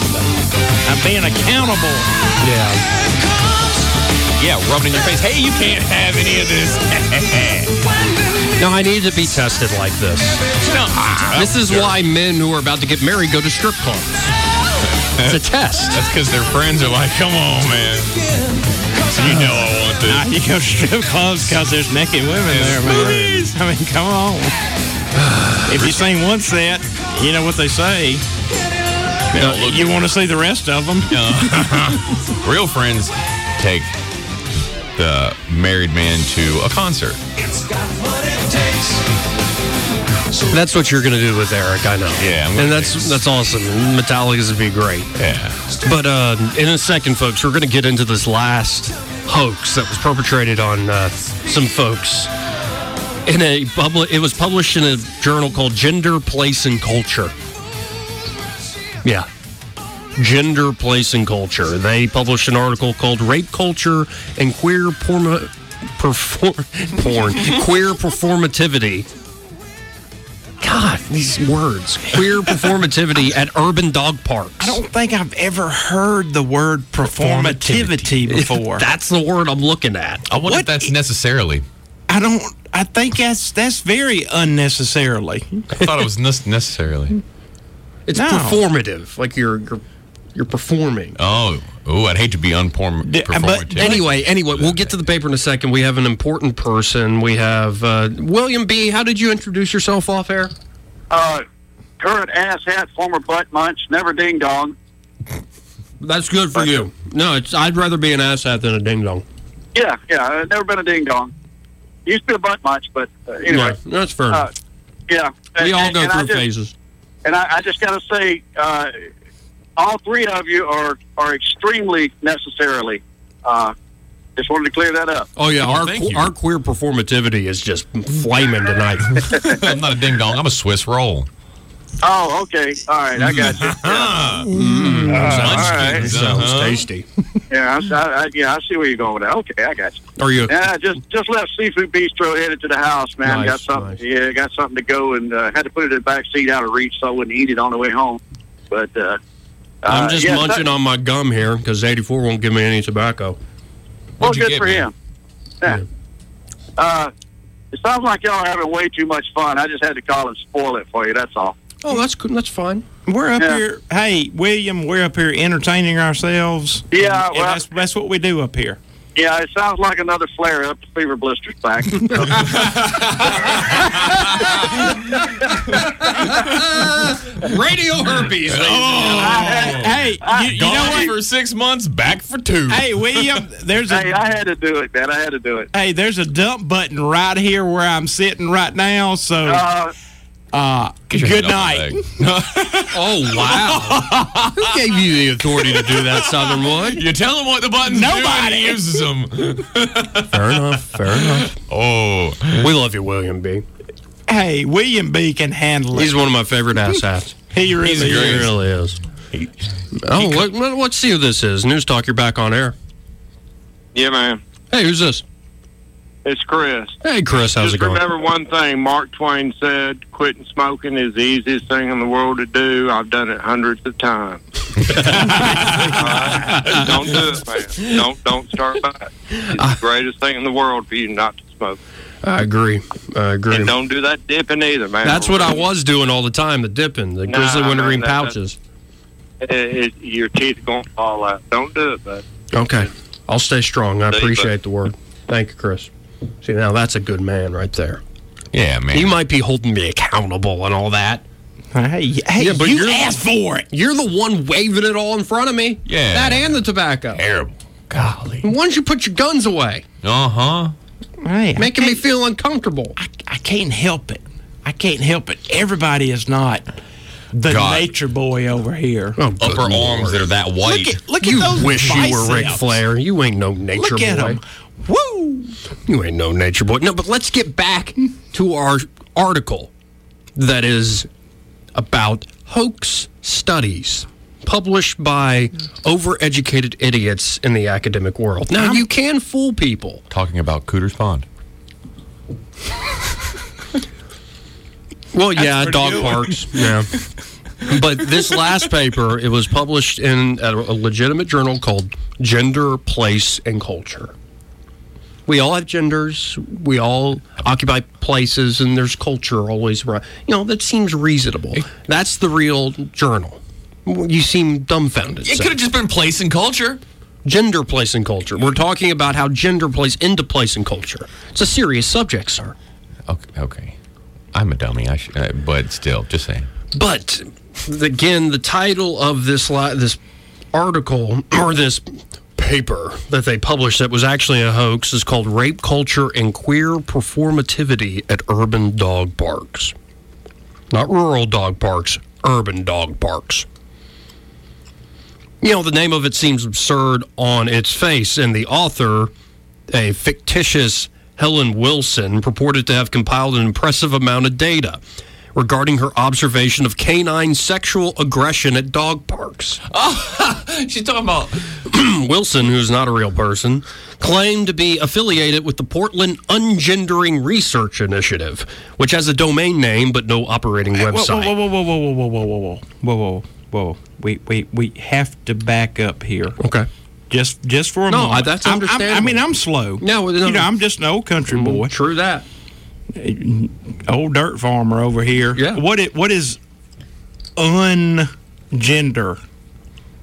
Speaker 7: I'm being accountable.
Speaker 3: Yeah.
Speaker 9: Yeah, rubbing in your face. Hey, you can't have any of this.
Speaker 3: No, I need to be tested like this. This is why men who are about to get married go to strip clubs. It's a test.
Speaker 9: That's because their friends are like, come on, man. You know I want this.
Speaker 7: Nah, you go strip clubs because there's naked women there, man. I mean, come on. if you've seen one set, you know what they say. Uh, you want to see the rest of them?
Speaker 9: Real friends take the married man to a concert.
Speaker 3: That's what you're gonna do with Eric, I know.
Speaker 9: Yeah, I'm gonna
Speaker 3: and that's that's awesome. Metallica's would be great.
Speaker 9: Yeah.
Speaker 3: But uh, in a second, folks, we're gonna get into this last hoax that was perpetrated on uh, some folks in a public. It was published in a journal called Gender, Place, and Culture. Yeah. Gender, Place, and Culture. They published an article called Rape Culture and Queer Porn, Perfor- Porn Queer Performativity. God, these words. Queer performativity at urban dog parks.
Speaker 7: I don't think I've ever heard the word performativity before.
Speaker 3: that's the word I'm looking at.
Speaker 9: I wonder if that's necessarily.
Speaker 7: I don't. I think that's that's very unnecessarily.
Speaker 9: I thought it was nes- necessarily.
Speaker 3: It's
Speaker 7: No.
Speaker 3: performative, like you're you're, you're performing.
Speaker 9: Oh, oh, I'd hate to be unperformative. performative.
Speaker 3: Anyway, anyway, we'll get to the paper in a second. We have an important person. We have uh, William B. How did you introduce yourself off air?
Speaker 14: Uh, current asshat, former butt munch, never ding dong.
Speaker 3: That's good for you. No, it's I'd rather be an asshat than a ding dong.
Speaker 14: Yeah, yeah, I've never been a ding dong. Used to be a butt munch, but uh, anyway.
Speaker 3: Yeah, that's fair enough.
Speaker 14: Yeah.
Speaker 3: we all go
Speaker 14: I
Speaker 3: through
Speaker 14: just-
Speaker 3: phases.
Speaker 14: And I, I just got to say, uh, all three of you are, are extremely necessarily. Uh, just wanted to clear that up.
Speaker 3: Oh yeah, our que- our queer performativity is just flaming tonight.
Speaker 9: I'm not a ding dong. I'm a Swiss roll.
Speaker 14: Oh, okay. All right, I got you. Uh, all right.
Speaker 9: Uh-huh.
Speaker 3: tasty.
Speaker 14: Yeah, I, I, I- yeah, I see where you're going with that. Okay, I got you.
Speaker 3: Are you?
Speaker 14: Yeah, I just just left Seafood Bistro, headed to the house, man.
Speaker 3: Nice,
Speaker 14: got something. Yeah, got something to go, and uh, had to put it in the back seat out of reach, so I wouldn't eat it on the way home. But uh,
Speaker 3: I'm
Speaker 14: uh,
Speaker 3: just
Speaker 14: yeah,
Speaker 3: munching
Speaker 14: so-
Speaker 3: on my gum here because 84 won't give me any tobacco.
Speaker 14: Well, good for him. Yeah. Uh, it sounds like y'all are having way too much fun. I just had to call and spoil it for you. That's all.
Speaker 3: Oh, that's good. That's fine.
Speaker 7: We're up here. Hey, William, we're up here entertaining ourselves.
Speaker 14: Yeah,
Speaker 7: and
Speaker 14: well-
Speaker 7: that's, that's what we do up here.
Speaker 14: Yeah, it sounds like another flare up. The fever blister's back.
Speaker 15: Radio herpes.
Speaker 7: Hey, you, you know what?
Speaker 9: Oh. for six months, back for two.
Speaker 7: Hey, William, there's a.
Speaker 14: Hey, I had to do it, man. I had to do it.
Speaker 7: Hey, there's a dump button right here where I'm sitting right now. So,
Speaker 14: uh,
Speaker 7: good night.
Speaker 15: oh wow! Who gave you the authority to do that, Southern One?
Speaker 9: You tell them what the buttons
Speaker 15: Nobody.
Speaker 9: do and he uses them.
Speaker 3: Fair enough. Fair enough.
Speaker 9: Oh,
Speaker 3: we love you, William B.
Speaker 7: Hey, William B can handle it.
Speaker 3: He's one of my favorite asshats.
Speaker 7: He really
Speaker 3: He's great.
Speaker 7: is.
Speaker 3: He really is. oh, let, let, let's see who this is. News Talk, you're back on air.
Speaker 16: Yeah, man.
Speaker 3: Hey, who's this?
Speaker 16: It's Chris.
Speaker 3: Hey, Chris, how's
Speaker 16: Just
Speaker 3: it going?
Speaker 16: remember one thing Mark Twain said quitting smoking is the easiest thing in the world to do. I've done it hundreds of times. Alright? Don't do it, man. Don't don't start back. It's the greatest thing in the world for you not to smoke.
Speaker 3: I agree. I agree.
Speaker 16: And don't do that dipping either, man.
Speaker 3: That's what I was doing all the time, the dipping, the
Speaker 16: Nah,
Speaker 3: grizzly
Speaker 16: man,
Speaker 3: wintergreen
Speaker 16: that- that-
Speaker 3: pouches.
Speaker 16: It, it, your teeth going to fall out. Don't do it, bud.
Speaker 3: Okay. I'll stay strong. I
Speaker 16: Stay,
Speaker 3: appreciate the word. Thank you, Chris. See, now that's a good man right there.
Speaker 9: Yeah, man.
Speaker 3: You might be holding me accountable and all that.
Speaker 7: Hey,
Speaker 3: yeah, but
Speaker 15: you
Speaker 3: are
Speaker 15: asked for it.
Speaker 3: You're the one waving it all in front of me.
Speaker 15: Yeah.
Speaker 3: That and the tobacco.
Speaker 9: Terrible.
Speaker 3: Golly. Why don't you put your guns away?
Speaker 9: Uh huh.
Speaker 7: Right.
Speaker 3: Making me feel uncomfortable.
Speaker 7: I can't help it. I can't help it. Everybody is not the
Speaker 9: God.
Speaker 7: nature boy over here.
Speaker 9: Upper arms that are that white.
Speaker 7: Look at, look
Speaker 3: you
Speaker 7: at those
Speaker 3: wish you were Ric
Speaker 7: biceps.
Speaker 3: Flair. You ain't no nature
Speaker 7: Look at
Speaker 3: boy.
Speaker 7: him. Woo!
Speaker 3: You ain't no nature boy. No, but let's get back to our article that is about hoax studies published by overeducated idiots in the academic world. Now, you can fool people.
Speaker 9: Talking about Cooter's Pond.
Speaker 3: Well, yeah,
Speaker 9: pretty
Speaker 3: dog
Speaker 9: good.
Speaker 3: parks. Yeah. but this last paper, it was published in a, a legitimate journal called Gender, Place, and Culture. We all have genders. We all occupy places, and there's culture always around. You know, that seems reasonable. That's the real journal. You seem dumbfounded.
Speaker 9: It
Speaker 3: so.
Speaker 9: could have just been place and culture.
Speaker 3: Gender, place, and culture. We're talking about how gender plays into place and culture. It's a serious subject, sir.
Speaker 9: Okay. okay. I'm a dummy. I should, uh, but still, just saying.
Speaker 3: But again, the title of this li- this article or this paper that they published that was actually a hoax is called "Rape Culture and Queer Performativity at Urban Dog Parks." Not rural dog parks, urban dog parks. You know, the name of it seems absurd on its face, and the author, a fictitious Helen Wilson, purported to have compiled an impressive amount of data regarding her observation of canine sexual aggression at dog parks.
Speaker 7: Oh,
Speaker 9: She's talking about.
Speaker 3: Wilson, who's not a real person, claimed to be affiliated with the Portland Ungendering Research Initiative, which has a domain name but no operating website.
Speaker 7: Whoa, whoa, whoa, whoa, whoa, whoa, whoa, whoa, whoa, whoa, whoa, whoa, whoa. We, we, we have to back up here.
Speaker 3: Okay.
Speaker 7: Just, just for a
Speaker 3: No,
Speaker 7: moment.
Speaker 3: I- that's
Speaker 7: I'm- I'm- I
Speaker 3: understandable.
Speaker 7: mean, I'm slow.
Speaker 3: No,
Speaker 7: you
Speaker 3: no. Mm-hmm.
Speaker 7: know, I'm just an old country boy,
Speaker 3: True that.
Speaker 7: old dirt farmer over here. Yeah. What it, what is ungender?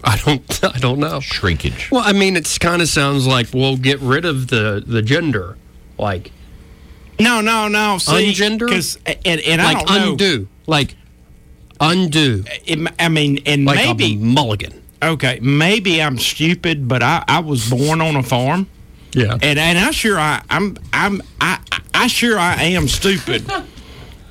Speaker 3: I don't. I don't know.
Speaker 9: Shrinkage.
Speaker 3: Well, I mean, it's kind of sounds like we'll get rid of the the gender, like
Speaker 7: No, no, no. See,
Speaker 3: Ungender?
Speaker 7: Because and, and I
Speaker 3: like
Speaker 7: don't know.
Speaker 3: undo, like undo,
Speaker 7: It, I mean, and
Speaker 3: like a
Speaker 7: maybe
Speaker 3: mulligan.
Speaker 7: okay, maybe I'm stupid, but I, I was born on a farm.
Speaker 3: Yeah.
Speaker 7: And and I sure I I'm I'm I I sure I am stupid,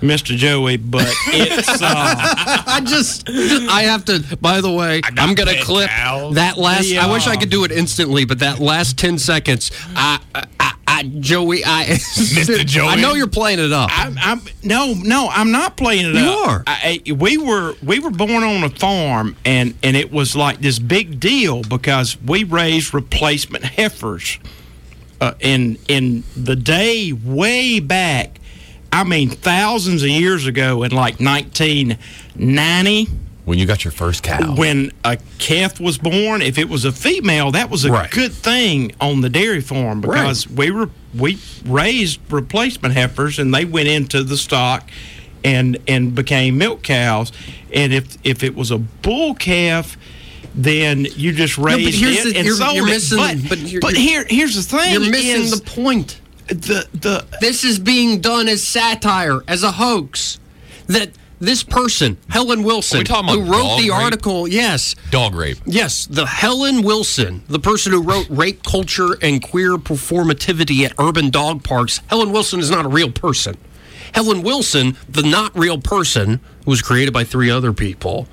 Speaker 7: Mister Joey. But it's uh,
Speaker 3: I just, I have to. By the way, I'm gonna clip that last. I wish I could do it instantly, but that last ten seconds, I, I, I, I I, Joey, I,
Speaker 7: Mr. Joey?
Speaker 3: I know you're playing it up.
Speaker 7: I'm, I'm no, no, I'm not playing it
Speaker 3: You
Speaker 7: up.
Speaker 3: are.
Speaker 7: I, I- we were we were born on a farm, and and it was like this big deal because we raised replacement heifers. Uh, in in the day way back, I mean thousands of years ago, in like 1990.
Speaker 9: When you got your first cow.
Speaker 7: When a calf was born, if it was a female, that was a good thing on the dairy farm because we were we raised replacement heifers and they went into the stock and and became milk cows. And if if it was a bull calf, then you just
Speaker 2: but
Speaker 7: raised
Speaker 2: here's
Speaker 7: it
Speaker 2: the-
Speaker 7: and
Speaker 2: you're-
Speaker 7: sold
Speaker 2: you're
Speaker 7: it.
Speaker 2: missing-
Speaker 7: but
Speaker 2: but
Speaker 7: but,
Speaker 2: you're-
Speaker 7: here here's the thing:
Speaker 2: You're missing
Speaker 7: is
Speaker 2: the point.
Speaker 7: The the
Speaker 3: this is being done as satire, as a hoax. That this person, Helen Wilson,
Speaker 9: we talking
Speaker 3: who
Speaker 9: about
Speaker 3: wrote
Speaker 9: dog
Speaker 3: the
Speaker 9: rape?
Speaker 3: article, yes,
Speaker 9: Dog rape.
Speaker 3: Yes, the Helen Wilson, the person who wrote Rape Culture and Queer Performativity at Urban Dog Parks, Helen Wilson is not a real person. Helen Wilson, the not real person, who was created by three other people,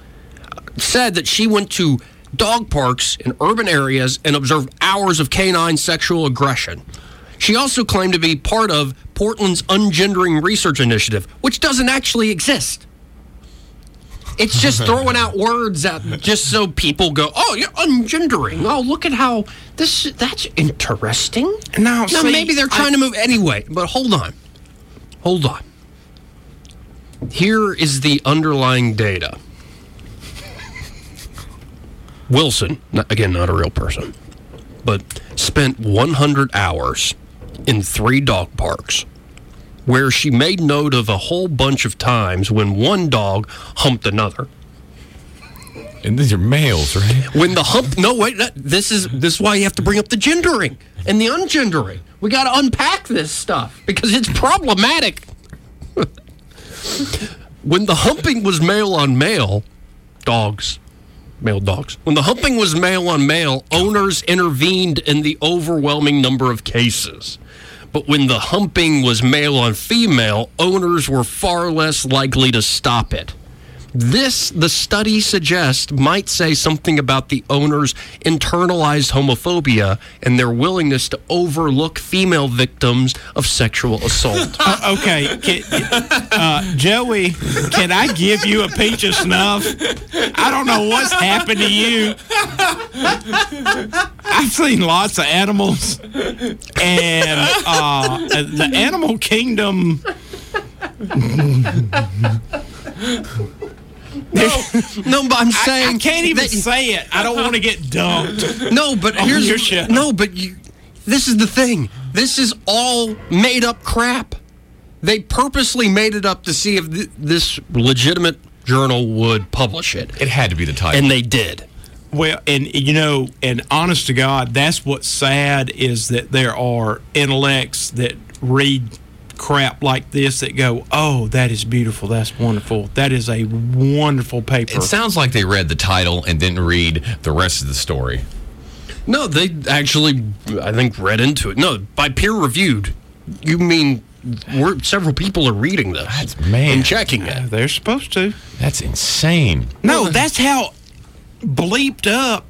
Speaker 3: said that she went to dog parks in urban areas and observed hours of canine sexual aggression. She also claimed to be part of Portland's Ungendering Research Initiative, which doesn't actually exist. It's just throwing out words out just so people go, oh, you're ungendering. Oh, look at how this, that's interesting.
Speaker 7: No,
Speaker 3: now,
Speaker 7: see,
Speaker 3: maybe they're trying
Speaker 7: I-
Speaker 3: to move anyway, but hold on. Hold on. Here is the underlying data. Wilson, not, again, not a real person, but spent 100 hours in three dog parks where she made note of a whole bunch of times when one dog humped another.
Speaker 9: And these are males, right?
Speaker 3: When the hump, no wait, that, this is this is why you have to bring up the gendering and the ungendering. We got to unpack this stuff because it's problematic. when the humping was male on male, dogs, male dogs. When the humping was male on male, owners intervened in the overwhelming number of cases. But when the humping was male on female, owners were far less likely to stop it. This, the study suggests, might say something about the owner's internalized homophobia and their willingness to overlook female victims of sexual assault.
Speaker 7: Uh, okay, can, uh, Joey, can I give you a peach of snuff? I don't know what's happened to you. I've seen lots of animals, and uh, the animal kingdom.
Speaker 3: no, but I'm saying
Speaker 7: I, can't even
Speaker 3: that-
Speaker 7: say Oh, it. I don't want to get dumped.
Speaker 3: No, but
Speaker 7: on
Speaker 3: here's
Speaker 7: your show.
Speaker 3: no, but you, this is the thing. This is all made up crap. They purposely made it up to see if th- this legitimate journal would publish it.
Speaker 9: It had to be the title.
Speaker 3: And they did.
Speaker 7: Well, and you know, and honest to God, that's what's sad is that there are intellects that read crap like this that go, "Oh, that is beautiful. That's wonderful. That is a wonderful paper."
Speaker 9: It sounds like they read the title and didn't read the rest of the story.
Speaker 3: No, they actually, I think, read into it. No, by peer reviewed, you mean we're, several people are reading this
Speaker 9: man.
Speaker 3: and checking it.
Speaker 7: They're supposed to.
Speaker 9: That's insane.
Speaker 7: no, that's how bleeped up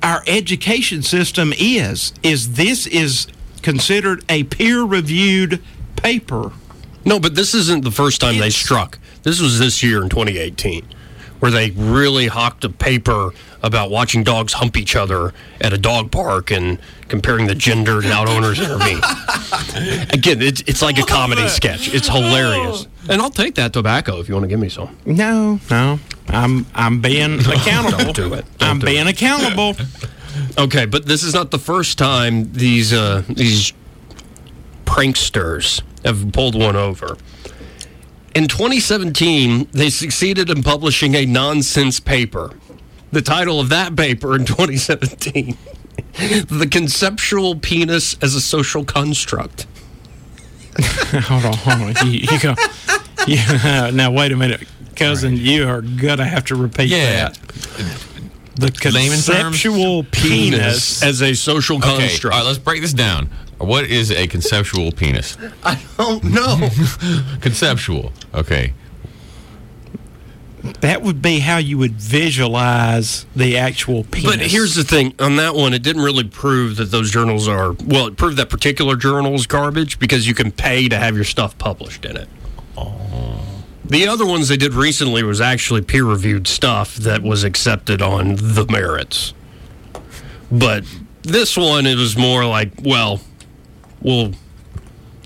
Speaker 7: our education system is. Is this is considered a peer-reviewed paper?
Speaker 3: No, but this isn't the first time they struck. This was this year in 2018, where they really hawked a paper about watching dogs hump each other at a dog park and comparing the gender and how owners intervene. Again, it's, it's like a comedy sketch. It's hilarious. And I'll take that tobacco if you want to give me some.
Speaker 7: No, no. I'm I'm being accountable.
Speaker 3: Don't do it. Don't
Speaker 7: I'm
Speaker 3: do
Speaker 7: being
Speaker 3: it.
Speaker 7: accountable.
Speaker 3: Okay, but this is not the first time these uh, these pranksters have pulled one over. In 2017, they succeeded in publishing a nonsense paper. The title of that paper in 2017: "The Conceptual Penis as a Social Construct."
Speaker 7: hold on, hold on. You, you go. Yeah. Now wait a minute, cousin. You are gonna have to repeat
Speaker 9: Yeah.
Speaker 7: that. The
Speaker 9: Layman terms?
Speaker 7: conceptual penis. uh,
Speaker 3: as a social
Speaker 9: Okay, all
Speaker 3: construct.
Speaker 9: right, let's break this down. What is a conceptual penis? Oh,
Speaker 3: I don't know.
Speaker 9: Conceptual. Okay.
Speaker 7: That would be how you would visualize the actual penis.
Speaker 3: But here's the thing on that one, it didn't really prove that those journals are, well, it proved that particular journal's garbage because you can pay to have your stuff published in it. The other ones they did recently was actually peer reviewed stuff that was accepted on the merits. But this one, it was more like, well, we'll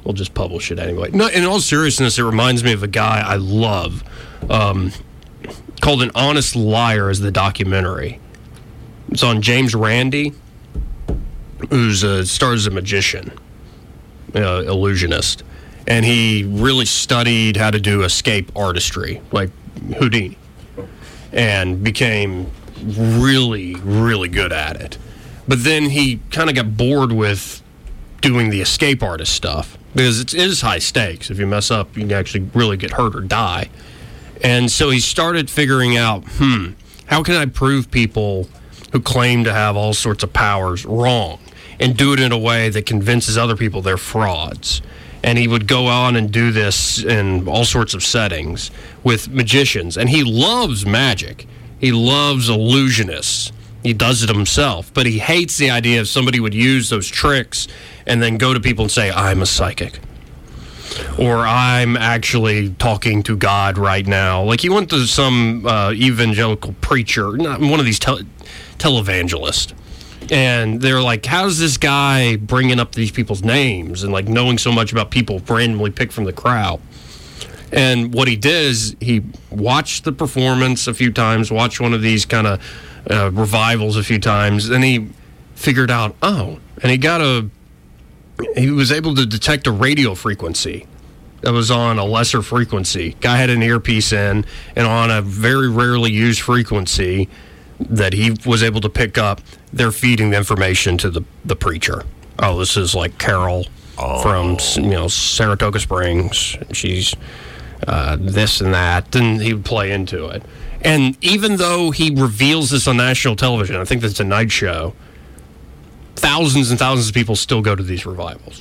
Speaker 3: we'll just publish it anyway. No, in all seriousness, it reminds me of a guy I love um, called "An Honest Liar" is the documentary. It's on James Randi, who's a stars a magician, uh, illusionist, and he really studied how to do escape artistry, like Houdini, and became really, really good at it. But then he kind of got bored with doing the escape artist stuff because it is high stakes. If you mess up, you can actually really get hurt or die. And so he started figuring out, hmm, how can I prove people who claim to have all sorts of powers wrong and do it in a way that convinces other people they're frauds? And he would go on and do this in all sorts of settings with magicians. And he loves magic, he loves illusionists. He does it himself, but he hates the idea of somebody would use those tricks and then go to people and say, I'm a psychic or I'm actually talking to God right now. Like he went to some uh, evangelical preacher, not one of these tele- televangelists, and they're like, "How's this guy bringing up these people's names and like knowing so much about people randomly picked from the crowd?" And what he did is he watched the performance a few times, watched one of these kind of uh, revivals a few times, and he figured out, oh, and he got a he was able to detect a radio frequency that was on a lesser frequency. Guy had an earpiece in, and on a very rarely used frequency that he was able to pick up, they're feeding the information to the, the preacher. Oh, this is like Carol from you know Saratoga Springs. She's uh, this and that, and he would play into it. And even though he reveals this on national television, I think that's a night show thousands and thousands of people still go to these revivals.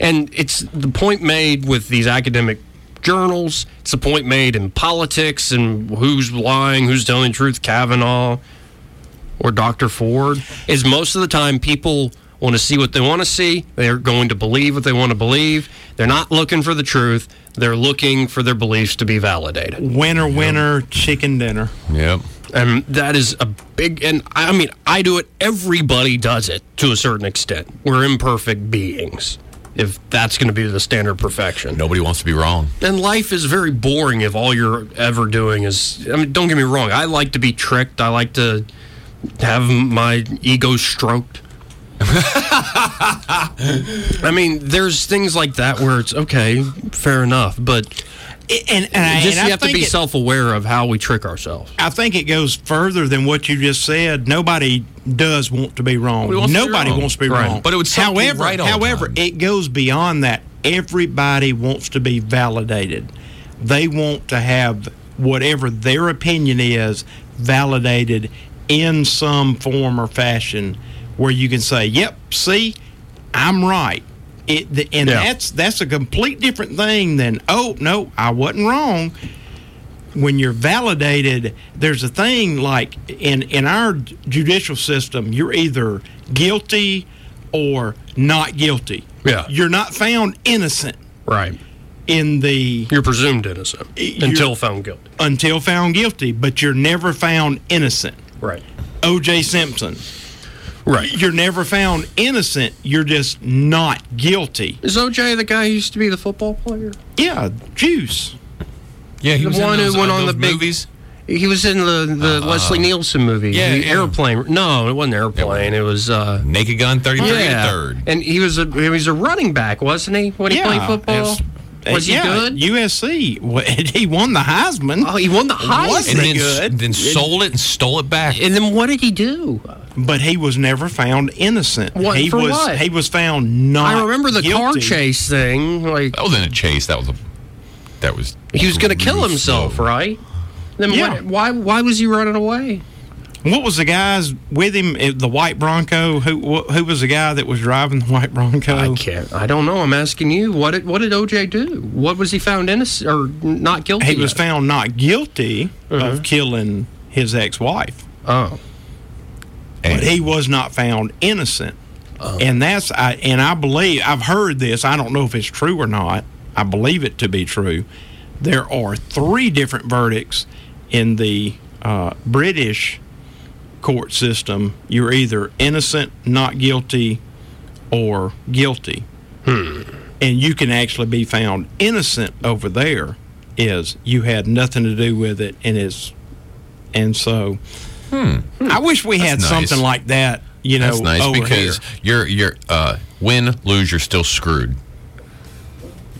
Speaker 3: And it's the point made with these academic journals, it's the point made in politics and who's lying, who's telling the truth, Kavanaugh or Dr. Ford, is most of the time people want to see what they want to see. They're going to believe what they want to believe. They're not looking for the truth. They're looking for their beliefs to be validated.
Speaker 7: winner, winner, chicken dinner.
Speaker 9: Yep.
Speaker 3: And that is a big, and I I mean, I do it. Everybody does it to a certain extent. We're imperfect beings. If that's going to be the standard perfection,
Speaker 9: nobody wants to be wrong.
Speaker 3: And life is very boring if all you're ever doing is. I mean, don't get me wrong. I like to be tricked. I like to have my ego stroked. I mean, there's things like that where it's okay, fair enough, but
Speaker 7: and, and I-
Speaker 3: just
Speaker 7: and I
Speaker 3: you have to
Speaker 7: think
Speaker 3: be
Speaker 7: it-
Speaker 3: self-aware of how we trick ourselves.
Speaker 7: I think it goes further than what you just said. Nobody does want to be wrong.
Speaker 3: Nobody wants to be wrong.
Speaker 7: Nobody wants to be
Speaker 3: Right.
Speaker 7: wrong.
Speaker 3: But it would suck to be
Speaker 7: however,
Speaker 3: right all the
Speaker 7: however, it goes beyond that. Everybody wants to be validated. They want to have whatever their opinion is validated in some form or fashion, where you can say, "Yep, see, I'm right." It, the, and
Speaker 17: Yeah.
Speaker 7: that's that's a complete different thing than oh no, I wasn't wrong when you're validated, there's a thing like in in our judicial system, you're either guilty or not guilty.
Speaker 3: Yeah.
Speaker 7: You're not found innocent
Speaker 3: Right.
Speaker 7: in the
Speaker 3: You're presumed innocent until found guilty.
Speaker 7: until found guilty, but you're never found innocent.
Speaker 3: Right.
Speaker 7: O.J. Simpson.
Speaker 3: Right.
Speaker 7: You're never found innocent. You're just not guilty.
Speaker 3: Is OJ the guy who used to be the football player?
Speaker 7: Yeah, Juice.
Speaker 9: Yeah,
Speaker 3: the one who went on the big He was in the, the
Speaker 9: Uh,
Speaker 7: Uh-huh.
Speaker 3: Leslie Nielsen movie.
Speaker 9: yeah,
Speaker 3: the
Speaker 9: yeah.
Speaker 3: airplane. No, it wasn't airplane. It was uh,
Speaker 9: Naked Gun 33
Speaker 3: yeah.
Speaker 9: and third.
Speaker 3: And he was a he was a running back, wasn't he? When he
Speaker 7: Yeah,
Speaker 3: played football,
Speaker 7: it's-
Speaker 3: was he
Speaker 7: yeah,
Speaker 3: good?
Speaker 7: USC. Well, he won the Heisman. Oh,
Speaker 3: he won the Heisman.
Speaker 7: Wasn't
Speaker 9: And then,
Speaker 7: good.
Speaker 9: then sold it and stole it back.
Speaker 3: And then what did he do?
Speaker 7: Uh, But he was never found innocent.
Speaker 3: What-
Speaker 7: he
Speaker 3: for
Speaker 7: was
Speaker 3: what?
Speaker 7: he was found not.
Speaker 3: I remember the car
Speaker 7: guilty.
Speaker 3: chase thing. Like
Speaker 9: That wasn't a chase. That was a. That was.
Speaker 3: he was going to kill himself, right? Then
Speaker 7: Yeah.
Speaker 3: what, why why was he running away?
Speaker 7: What was the guys with him? eh, The white Bronco. Who wh- who was the guy that was driving the white Bronco? I
Speaker 3: can't. I don't know. I'm asking you. What did what did OJ do? What was he found innocent or not guilty?
Speaker 7: He was
Speaker 3: of?
Speaker 7: found not guilty
Speaker 3: Uh-huh.
Speaker 7: of killing his ex-wife.
Speaker 3: Oh,
Speaker 7: but he was not found innocent.
Speaker 9: Uh-huh.
Speaker 7: And that's I and I believe I've heard this. I don't know if it's true or not. I believe it to be true. There are three different verdicts in the uh, British court system. You're either innocent, not guilty, or guilty.
Speaker 9: Hmm.
Speaker 7: And you can actually be found innocent over there. Is you had nothing to do with it, and it's and so. I wish we
Speaker 9: Hmm. That's
Speaker 7: had
Speaker 9: nice.
Speaker 7: something like that. You know,
Speaker 9: That's nice
Speaker 7: over
Speaker 9: because you're
Speaker 7: here.
Speaker 9: you're uh, win lose you're still screwed.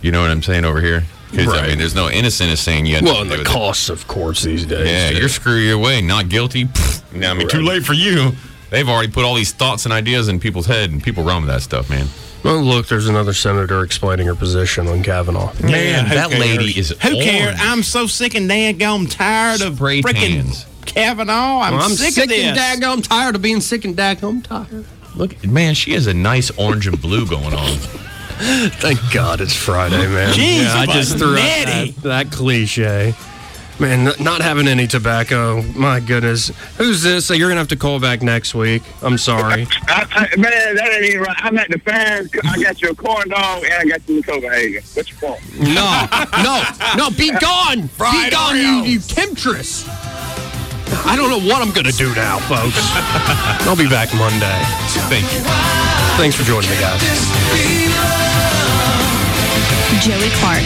Speaker 9: You know what I'm saying over here? 'Cause, I mean, there's no innocent is saying you. had
Speaker 3: Well,
Speaker 9: nothing
Speaker 3: and
Speaker 9: to do
Speaker 3: the
Speaker 9: with it.
Speaker 3: costs, of course, these days.
Speaker 9: Yeah,
Speaker 3: too.
Speaker 9: you're screwed your way. Not guilty. Pfft, I mean, too late for you. They've already put all these thoughts and ideas in people's head, and people run with that stuff, man.
Speaker 3: Oh, look, there's another senator explaining her position on Kavanaugh.
Speaker 7: Man, Yeah, who that cares? lady
Speaker 3: is
Speaker 7: Who cares? I'm so sick and daggone tired of
Speaker 3: Spray
Speaker 7: freaking
Speaker 3: tans.
Speaker 7: Kavanaugh. I'm, sick, of this.
Speaker 3: and daggone tired of being sick and daggone tired.
Speaker 9: Look, man, she has a nice orange and blue going on.
Speaker 3: Thank God it's Friday, man.
Speaker 9: Jeez,
Speaker 3: yeah, I just threw out
Speaker 9: Nettie.
Speaker 3: that, that cliche. Man, n- not having any tobacco. My goodness. Who's this? So you're going to have to call back next week. I'm sorry.
Speaker 14: I, I, man, that ain't even right. I'm at the fair. I got your corn dog and I got you in Copenhagen. What you want?
Speaker 3: No, no, no, be gone. be
Speaker 14: Fried
Speaker 3: gone, you, you temptress. I don't know what I'm going to do now, folks. I'll be back Monday. Thank you. Thanks for joining me, guys.
Speaker 4: Joey Clark.